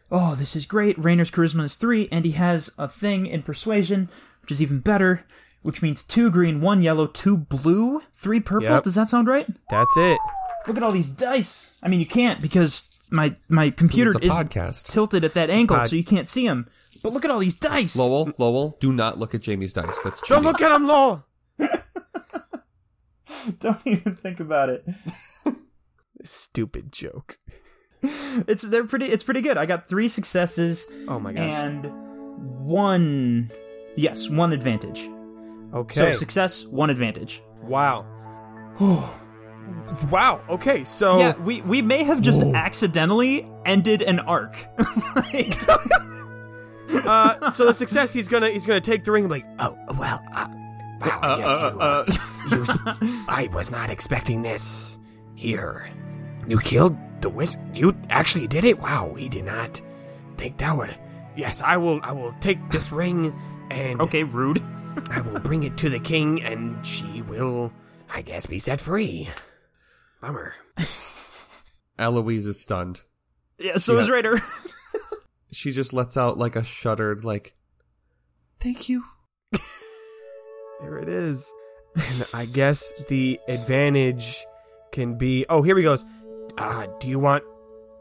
Speaker 5: Oh, this is great. Rainer's charisma is three, and he has a thing in persuasion, which is even better, which means two green, one yellow, two blue, three purple.
Speaker 3: Yep.
Speaker 5: Does that sound right?
Speaker 3: That's it.
Speaker 5: Look at all these dice. I mean, you can't because my my computer
Speaker 4: It's a
Speaker 5: is
Speaker 4: podcast.
Speaker 5: tilted at that angle,
Speaker 3: Pod-
Speaker 5: so you can't see them. But look at all these dice.
Speaker 4: Lowell, Lowell, do not look at Jamie's dice. That's
Speaker 3: Don't
Speaker 4: cheating.
Speaker 3: look at him, Lowell.
Speaker 5: Don't even think about it.
Speaker 3: Stupid joke.
Speaker 5: It's they're pretty. It's pretty good. I got three successes
Speaker 3: Oh my gosh.
Speaker 5: and one. Yes, one advantage.
Speaker 3: okay.
Speaker 5: So success, one advantage.
Speaker 3: Wow. wow. Okay.
Speaker 9: Oh.
Speaker 3: So
Speaker 5: Yeah, we we may have just accidentally ended an arc. Like,
Speaker 3: uh, so the success he's gonna he's gonna take the ring like
Speaker 8: Oh, well, uh, wow, yes, you, uh,
Speaker 4: Uh,
Speaker 8: you s- I was not expecting this. Here, you killed the wizard. You actually did it. Wow, we did not think that would. Yes, I will. I will take this ring, and
Speaker 5: okay, rude.
Speaker 8: I will bring it to the king, and she will, I guess, be set free. Bummer.
Speaker 4: Eloise is stunned.
Speaker 5: Yeah, so is
Speaker 4: Yeah.
Speaker 5: Raider.
Speaker 4: She just lets out like a shuddered, like, "Thank you."
Speaker 3: there it is. And I guess the advantage can be oh here he goes.
Speaker 8: Uh, do you want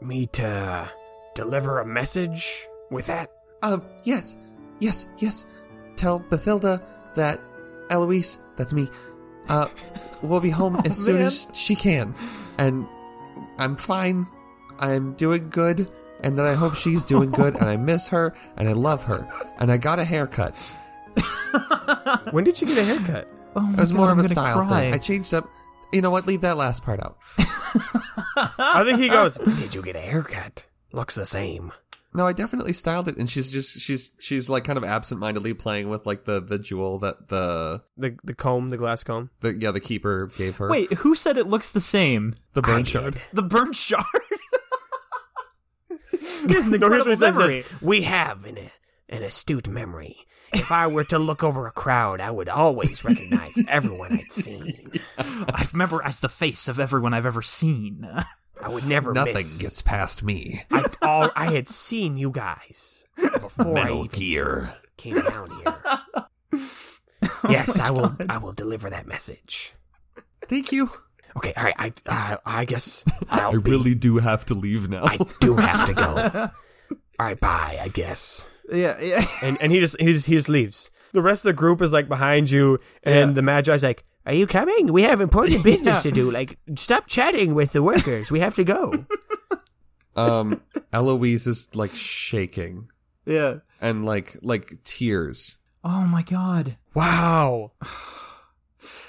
Speaker 8: me to deliver a message
Speaker 4: "Oh,
Speaker 8: with that?
Speaker 4: Um, yes, yes, yes. Tell Bathilda that Eloise, that's me. Uh, we'll be home
Speaker 5: Oh,
Speaker 4: as soon as she can. And I'm fine. I'm doing good. And then I hope she's doing good. And I miss her. And I love her. And I got a haircut.
Speaker 9: When did she get a haircut?
Speaker 5: Oh my
Speaker 4: It was
Speaker 5: God,
Speaker 4: more
Speaker 5: I'm
Speaker 4: of a
Speaker 5: gonna
Speaker 4: style
Speaker 5: cry.
Speaker 4: thing. I changed up. You know what? Leave that last part out.
Speaker 9: I think he goes.
Speaker 3: Did you get a haircut? Looks the same.
Speaker 4: No, I definitely styled it, and she's just she's she's like kind of absentmindedly playing with like the the jewel that the
Speaker 9: The the comb, the glass comb.
Speaker 4: the yeah the keeper gave her.
Speaker 5: Wait, who said it looks the same?
Speaker 4: the burn shard.
Speaker 5: The burnt shard. Here's an
Speaker 9: No, here's what
Speaker 5: incredible
Speaker 9: he says,
Speaker 5: memory.
Speaker 9: says,
Speaker 3: We have an, an astute memory. If I were to look over a crowd, I would always recognize everyone I'd seen.
Speaker 5: I've memorized the face of everyone I've ever seen.
Speaker 3: I would never
Speaker 4: Nothing
Speaker 3: miss.
Speaker 4: gets past me.
Speaker 3: I, all, I had seen you guys before I
Speaker 4: Metal Oh
Speaker 3: even
Speaker 4: Gear.
Speaker 3: came down here. yes, I will. I will deliver that message.
Speaker 4: Thank you.
Speaker 3: Okay, all right. I I, I guess I'll
Speaker 4: I
Speaker 3: be-
Speaker 4: really do have to leave now.
Speaker 3: I do have to go. All right, bye. I guess.
Speaker 5: yeah, yeah.
Speaker 9: and and he just he just he just leaves. The rest of the group is like behind you, and the Magi's like,
Speaker 3: Are you coming? We have important business to do. Like, stop chatting with the workers. We have to go.
Speaker 4: um, Eloise is like shaking
Speaker 5: Yeah.
Speaker 4: and like like tears.
Speaker 5: Oh my god.
Speaker 4: Wow.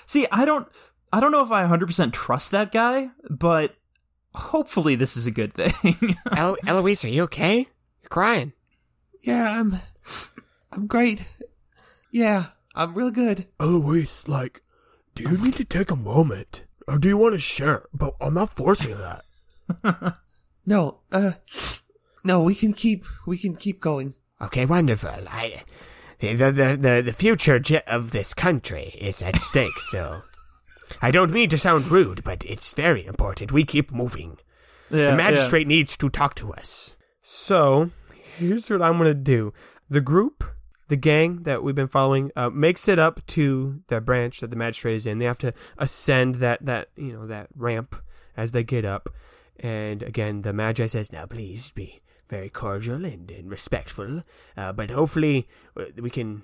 Speaker 5: See, I don't I don't know if I 100% trust that guy, but hopefully this is a good thing.
Speaker 1: El- Eloise, are you okay? You're crying.
Speaker 4: Yeah, I'm. I'm great. Yeah, I'm real good.
Speaker 10: Eloise, like, do you need to take a moment? Or do you want to share? But I'm not forcing that.
Speaker 4: No, uh, no, we can keep we can keep going.
Speaker 1: Okay, wonderful. I, the, the, the, the future ge- of this country is at stake, so. I don't mean to sound rude, but it's very important. We keep moving.
Speaker 5: yeah,
Speaker 1: The magistrate needs to talk to us.
Speaker 9: "So, here's what I'm gonna do." The group, the gang that we've been following, uh, makes it up to the branch that the magistrate is in. They have to ascend that that you know that ramp as they get up, and again the Magi says,
Speaker 3: Now, please be very cordial and, and respectful. Uh, but hopefully, uh, we can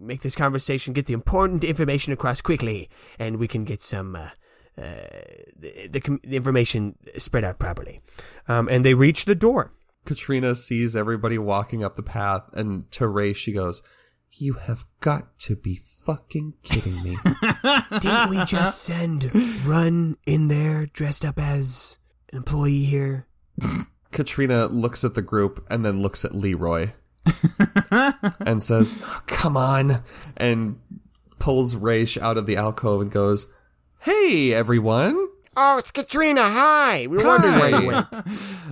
Speaker 3: make this conversation, get the important information across quickly, and we can get some. Uh, uh, the, the, com- the information spread out properly.
Speaker 9: um, and they reach the door.
Speaker 4: Katrina sees everybody walking up the path, and to Ray, she goes, "You have got to be fucking kidding me!"
Speaker 3: Didn't we just send Run in there dressed up as an employee here?
Speaker 4: Katrina looks at the group and then looks at Leroy and says, "Oh, "Come on!" and pulls Raish out of the alcove and goes, "Hey, everyone!
Speaker 1: Oh, it's Katrina. Hi. We were
Speaker 4: Hi.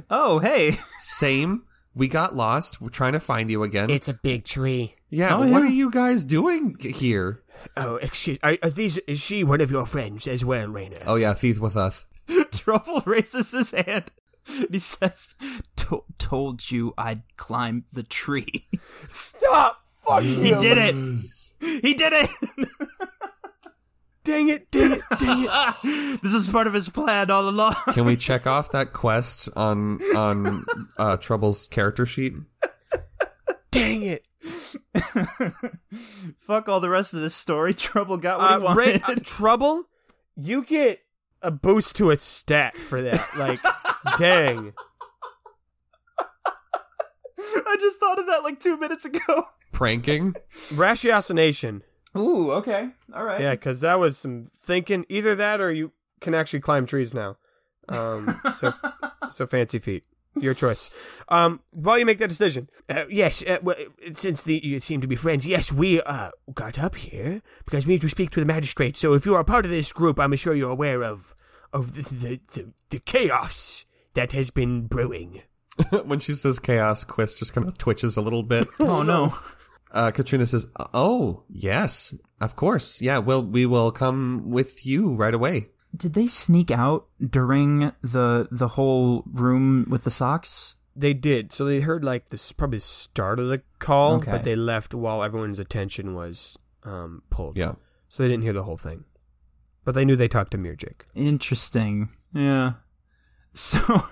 Speaker 5: Oh, hey.
Speaker 4: Same. We got lost. We're trying to find you again.
Speaker 1: It's a big tree.
Speaker 4: yeah.
Speaker 5: Oh,
Speaker 4: What
Speaker 5: yeah.
Speaker 4: are you guys doing here?
Speaker 3: Oh, excuse. Are, are these, is she one of your friends as well, Rainer?
Speaker 4: Oh yeah, thief with us.
Speaker 5: Trouble raises his hand. And he says, "To- "Told you I'd climb the tree."
Speaker 9: Stop! Fuck you!
Speaker 5: He did it. He did it.
Speaker 9: Dang it! Dang it!
Speaker 5: this is part of his plan all along.
Speaker 4: Can we check off that quest on on uh, Trouble's character sheet?
Speaker 9: Dang it!
Speaker 5: Fuck all the rest of this story. Trouble got what he
Speaker 9: Uh, Ray-
Speaker 5: wanted.
Speaker 9: uh, trouble, you get a boost to a stat for that. Like, dang.
Speaker 5: I just thought of that like two minutes ago.
Speaker 4: Pranking.
Speaker 9: Ratiocination.
Speaker 5: Ooh, okay, all right.
Speaker 9: Yeah, because that was some thinking. Either that or you can actually climb trees now. Um, so, so fancy feet. Your choice. Um, while you make that decision,
Speaker 3: Uh, yes, uh, well, since the, you seem to be friends, yes, we uh, got up here because we need to speak to the magistrate. So if you are part of this group, I'm sure you're aware of of the the, the, the chaos that has been brewing.
Speaker 4: when she says chaos, Quest just kind of twitches a little bit.
Speaker 5: Oh no.
Speaker 4: Uh, Katrina says, "Oh yes, of course. Yeah. Well, we will come with you right away."
Speaker 5: Did they sneak out during the the whole room with the socks?
Speaker 9: they did. So they heard like this probably the start of the call,
Speaker 5: Okay.
Speaker 9: but they left while everyone's attention was um pulled.
Speaker 4: Yeah.
Speaker 9: So they didn't hear the whole thing, but they knew they talked to Mirjik.
Speaker 5: Interesting. Yeah. So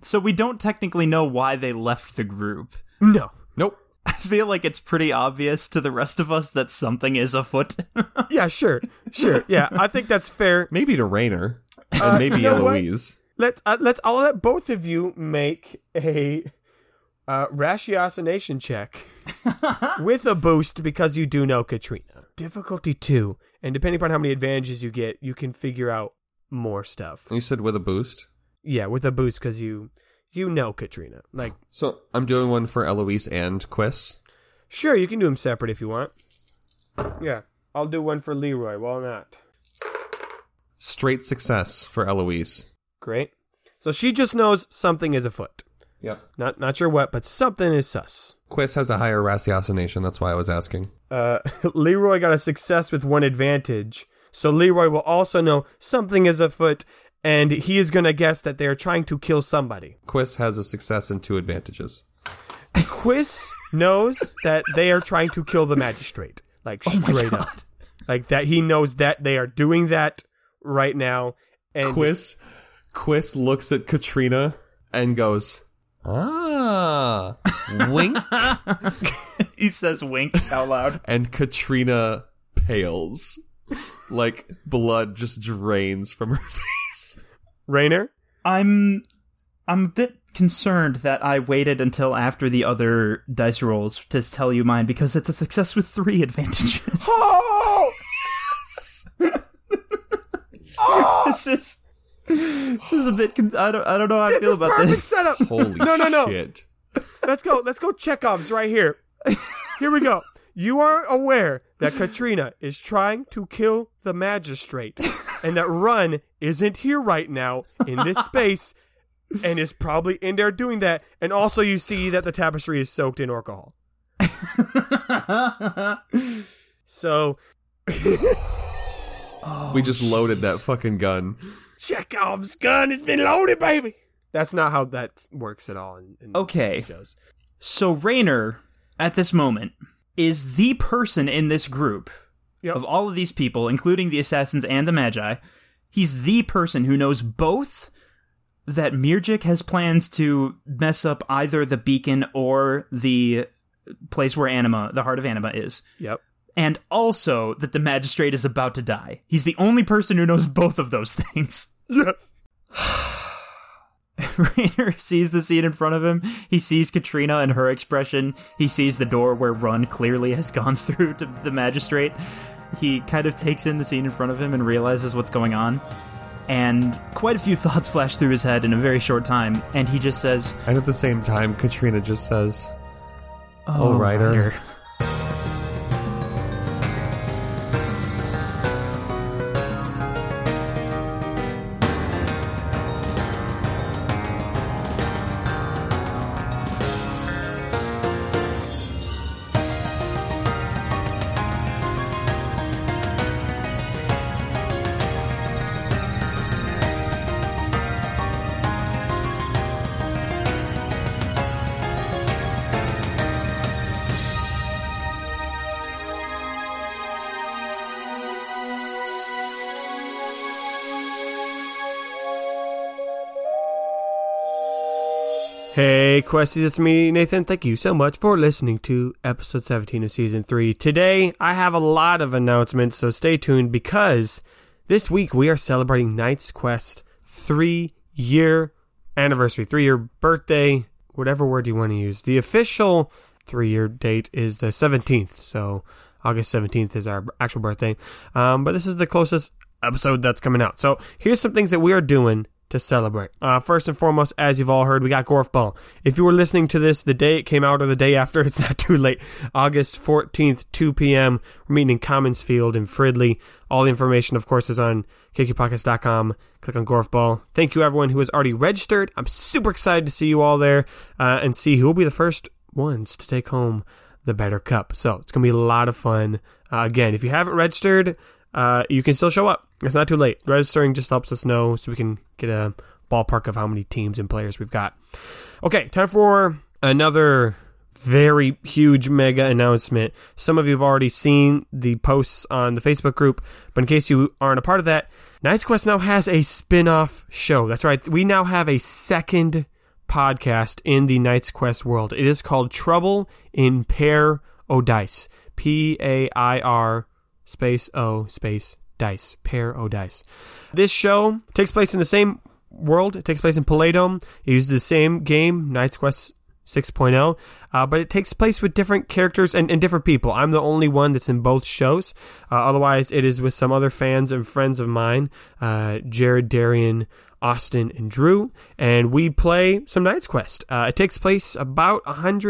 Speaker 5: so we don't technically know why they left the group.
Speaker 9: No.
Speaker 4: Nope.
Speaker 5: I feel like it's pretty obvious to the rest of us that something is afoot.
Speaker 3: Yeah, sure, sure. Yeah, I think that's fair.
Speaker 4: Maybe to Rainer and maybe
Speaker 3: know what?
Speaker 4: Eloise.
Speaker 3: Let uh, let's. I'll let both of you make a uh, ratiocination check with a boost because you do know Katrina. Difficulty two, and depending upon how many advantages you get, you can figure out more stuff.
Speaker 4: You said with a boost.
Speaker 3: Yeah, with a boost because you you know Katrina. Like,
Speaker 4: So I'm doing one for Eloise and Quiss.
Speaker 3: sure, you can do them separate if you want. Yeah, I'll do one for Leroy. Why not?
Speaker 4: Straight success for Eloise.
Speaker 3: Great. So she just knows something is afoot.
Speaker 4: Yep.
Speaker 3: Not not sure what, but something is sus.
Speaker 4: Quiss has a higher ratiocination. That's why I was asking.
Speaker 3: Uh, Leroy got a success with one advantage, so Leroy will also know something is afoot, and he is gonna guess that they are trying to kill somebody.
Speaker 4: Quiss has a success and two advantages.
Speaker 3: Quiz knows that they are trying to kill the magistrate, like straight up, like that. He knows that they are doing that right now, and
Speaker 4: Quiss, Quiss looks at Katrina and goes, "Ah, wink."
Speaker 5: he says wink out loud.
Speaker 4: and Katrina pales, like blood just drains from her face.
Speaker 3: Rainer.
Speaker 5: I'm I'm a bit concerned that I waited until after the other dice rolls to tell you mine because it's a success with three advantages.
Speaker 3: Oh,
Speaker 5: this is this is a bit. Con- I don't I don't know how I
Speaker 3: this
Speaker 5: feel
Speaker 3: is
Speaker 5: about
Speaker 3: perfect
Speaker 5: this.
Speaker 3: setup.
Speaker 4: Holy
Speaker 3: no, no, no.
Speaker 4: shit!
Speaker 3: Let's go. Let's go. Chekhov's right here. Here we go. You are aware that Katrina is trying to kill the magistrate, and that Run isn't here right now in this space, and is probably in there doing that. And also, you see that the tapestry is soaked in alcohol. So
Speaker 4: we just loaded that fucking gun.
Speaker 3: Chekhov's gun has been loaded, baby. That's not how that works at all. In, in
Speaker 5: Okay.
Speaker 3: shows.
Speaker 5: So Rayner, at this moment, is the person in this group
Speaker 3: Yep.
Speaker 5: of all of these people, including the assassins and the magi. He's the person who knows both that Mirjik has plans to mess up either the beacon or the place where Anima, the heart of Anima, is,
Speaker 3: Yep.
Speaker 5: and also that the magistrate is about to die. He's the only person who knows both of those things.
Speaker 3: Yes.
Speaker 5: Rainer sees the scene in front of him. He sees Katrina and her expression. He sees the door where Run clearly has gone through to the magistrate. He kind of takes in the scene in front of him and realizes what's going on. And quite a few thoughts flash through his head in a very short time. And he just says,
Speaker 4: And at the same time, Katrina just says,
Speaker 5: Oh,
Speaker 4: Ryder."
Speaker 5: Ryder."
Speaker 3: Hey, Questies, it's me, Nathan. Thank you so much for listening to episode 17 of season 3. Today, I have a lot of announcements, so stay tuned because this week we are celebrating Knight's Quest three year anniversary, three year birthday, whatever word you want to use. The official three year date is the 17th, so August 17th is our actual birthday. Um, but this is the closest episode that's coming out. So here's some things that we are doing to celebrate. Uh, first and foremost, as you've all heard, we got Gorf Ball. If you were listening to this the day it came out or the day after, it's not too late. August 14th, 2 p.m. We're meeting in Commons Field in Fridley. All the information, of course, is on kickypockets.com. Click on Gorf Ball. Thank you, everyone who has already registered. I'm super excited to see you all there uh, and see who will be the first ones to take home the better cup. So it's going to be a lot of fun. Uh, again, if you haven't registered, uh, you can still show up. It's not too late. Registering just helps us know so we can get a ballpark of how many teams and players we've got. Okay, time for another very huge mega announcement. Some of you have already seen the posts on the Facebook group, but in case you aren't a part of that, Night's Quest now has a spin off show. That's right. We now have a second podcast in the Knight's Quest world. It is called Trouble in Pair O Dice. P A I R space O space dice. Pair O Dice. This show takes place in the same world. It takes place in Paladome. It uses the same game, Knight's Quest 6.0, uh, but it takes place with different characters and, and different people. I'm the only one that's in both shows. Uh, otherwise, it is with some other fans and friends of mine, uh, Jared, Darian, Austin, and Drew, and we play some Knight's Quest. Uh, it takes place about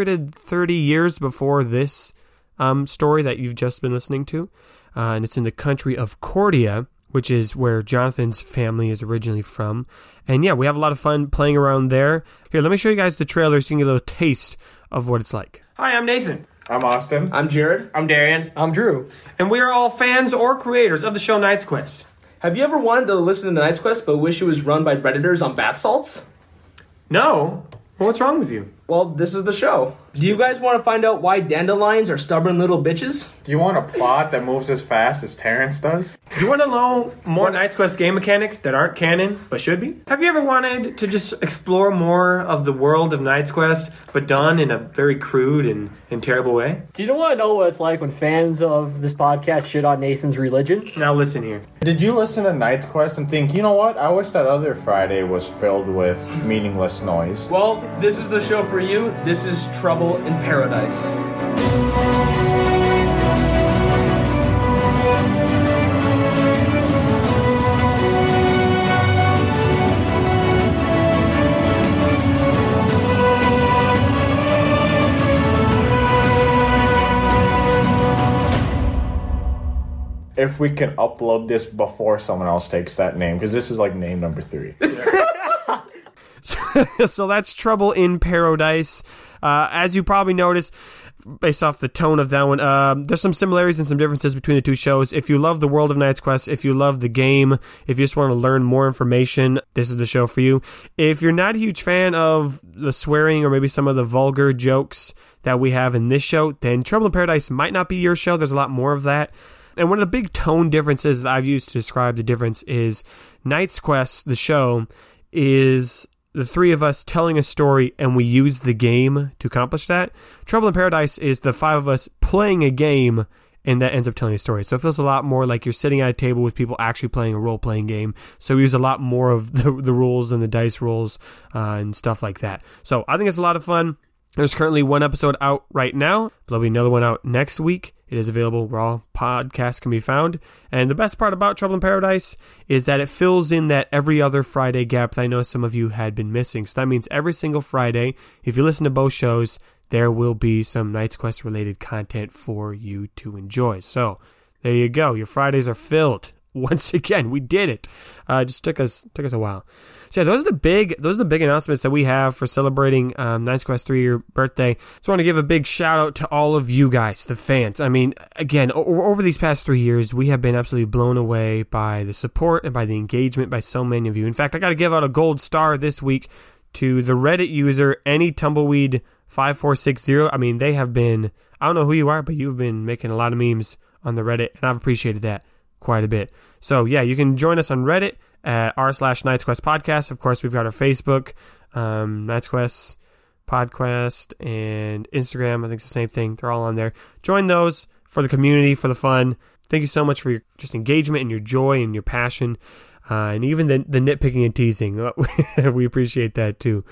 Speaker 3: 130 years before this um, story that you've just been listening to, uh, and it's in the country of Cordia, which is where Jonathan's family is originally from. And yeah, we have a lot of fun playing around there. Here, let me show you guys the trailer so you can get a little taste of what it's like. Hi, I'm Nathan.
Speaker 11: I'm Austin.
Speaker 2: I'm Jared. I'm Darian.
Speaker 3: I'm Drew, and we are all fans or creators of the show Knight's Quest.
Speaker 2: Have you ever wanted to listen to Night's Quest but wish it was run by Predators on bath salts?
Speaker 3: No? Well, what's wrong with you?
Speaker 2: Well, this is the show. Do you guys want to find out why dandelions are stubborn little bitches?
Speaker 11: Do you want a plot that moves as fast as Terrence does?
Speaker 3: Do you want to know more Knight's Quest game mechanics that aren't canon but should be? Have you ever wanted to just explore more of the world of Knight's Quest but done in a very crude and, and terrible way?
Speaker 12: Do you want to know what it's like when fans of this podcast shit on Nathan's religion?
Speaker 3: Now listen here.
Speaker 11: Did you listen to Night's Quest and think, you know what? I wish that other Friday was filled with meaningless noise?
Speaker 2: Well, this is the show for you. This is Trouble in Paradise.
Speaker 11: if we can upload this before someone else takes that name, because this is like name number three.
Speaker 3: so that's Trouble in Paradise. Uh, as you probably noticed, based off the tone of that one, um, there's some similarities and some differences between the two shows. If you love the world of Knight's Quest, if you love the game, if you just want to learn more information, this is the show for you. If you're not a huge fan of the swearing or maybe some of the vulgar jokes that we have in this show, then Trouble in Paradise might not be your show. There's a lot more of that. And one of the big tone differences that I've used to describe the difference is Knight's Quest, the show, is the three of us telling a story and we use the game to accomplish that. Trouble in Paradise is the five of us playing a game and that ends up telling a story. So it feels a lot more like you're sitting at a table with people actually playing a role playing game. So we use a lot more of the, the rules and the dice rolls uh, and stuff like that. So I think it's a lot of fun. There's currently one episode out right now. There'll be another one out next week. It is available where all podcasts can be found. And the best part about Trouble in Paradise is that it fills in that every other Friday gap that I know some of you had been missing. So that means every single Friday, if you listen to both shows, there will be some Knight's Quest related content for you to enjoy. So there you go. Your Fridays are filled. Once again, we did it. Uh, it just took us took us a while. So yeah, those are the big those are the big announcements that we have for celebrating um, Nine Quest three year birthday. Just want to give a big shout out to all of you guys, the fans. I mean, again, o- over these past three years, we have been absolutely blown away by the support and by the engagement by so many of you. In fact, I got to give out a gold star this week to the Reddit user any tumbleweed five four six zero. I mean, they have been I don't know who you are, but you've been making a lot of memes on the Reddit, and I've appreciated that quite a bit. So yeah, you can join us on Reddit at r slash Knights Quest Podcast. Of course, we've got our Facebook, um, Knights Quest Podcast, and Instagram. I think it's the same thing. They're all on there. Join those for the community, for the fun. Thank you so much for your just engagement and your joy and your passion, uh, and even the, the nitpicking and teasing. we appreciate that too.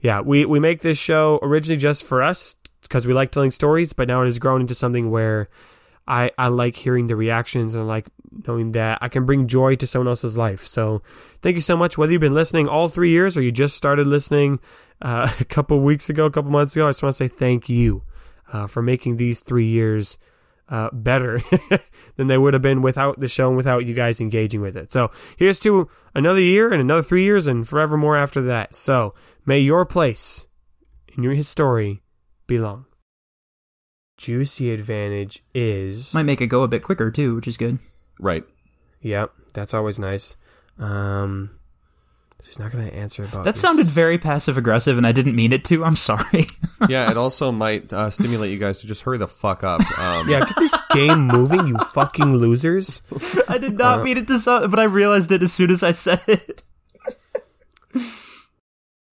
Speaker 3: Yeah, we, we make this show originally just for us because we like telling stories, but now it has grown into something where I, I like hearing the reactions and I like knowing that I can bring joy to someone else's life. So thank you so much. Whether you've been listening all three years or you just started listening uh, a couple weeks ago, a couple months ago, I just want to say thank you uh, for making these three years uh, better than they would have been without the show and without you guys engaging with it. So here's to another year and another three years and forever more after that. So may your place in your history belong. Juicy advantage is.
Speaker 5: Might make it go a bit quicker too, which is good.
Speaker 4: Right.
Speaker 3: Yep, that's always nice. Um, so he's not going to answer about
Speaker 5: That
Speaker 3: this.
Speaker 5: sounded very passive aggressive, and I didn't mean it to. I'm sorry.
Speaker 4: Yeah, it also might uh, stimulate you guys to just hurry the fuck up. Um,
Speaker 3: Yeah, get this game moving, you fucking losers.
Speaker 5: I did not mean it to sound, but I realized it as soon as I said it.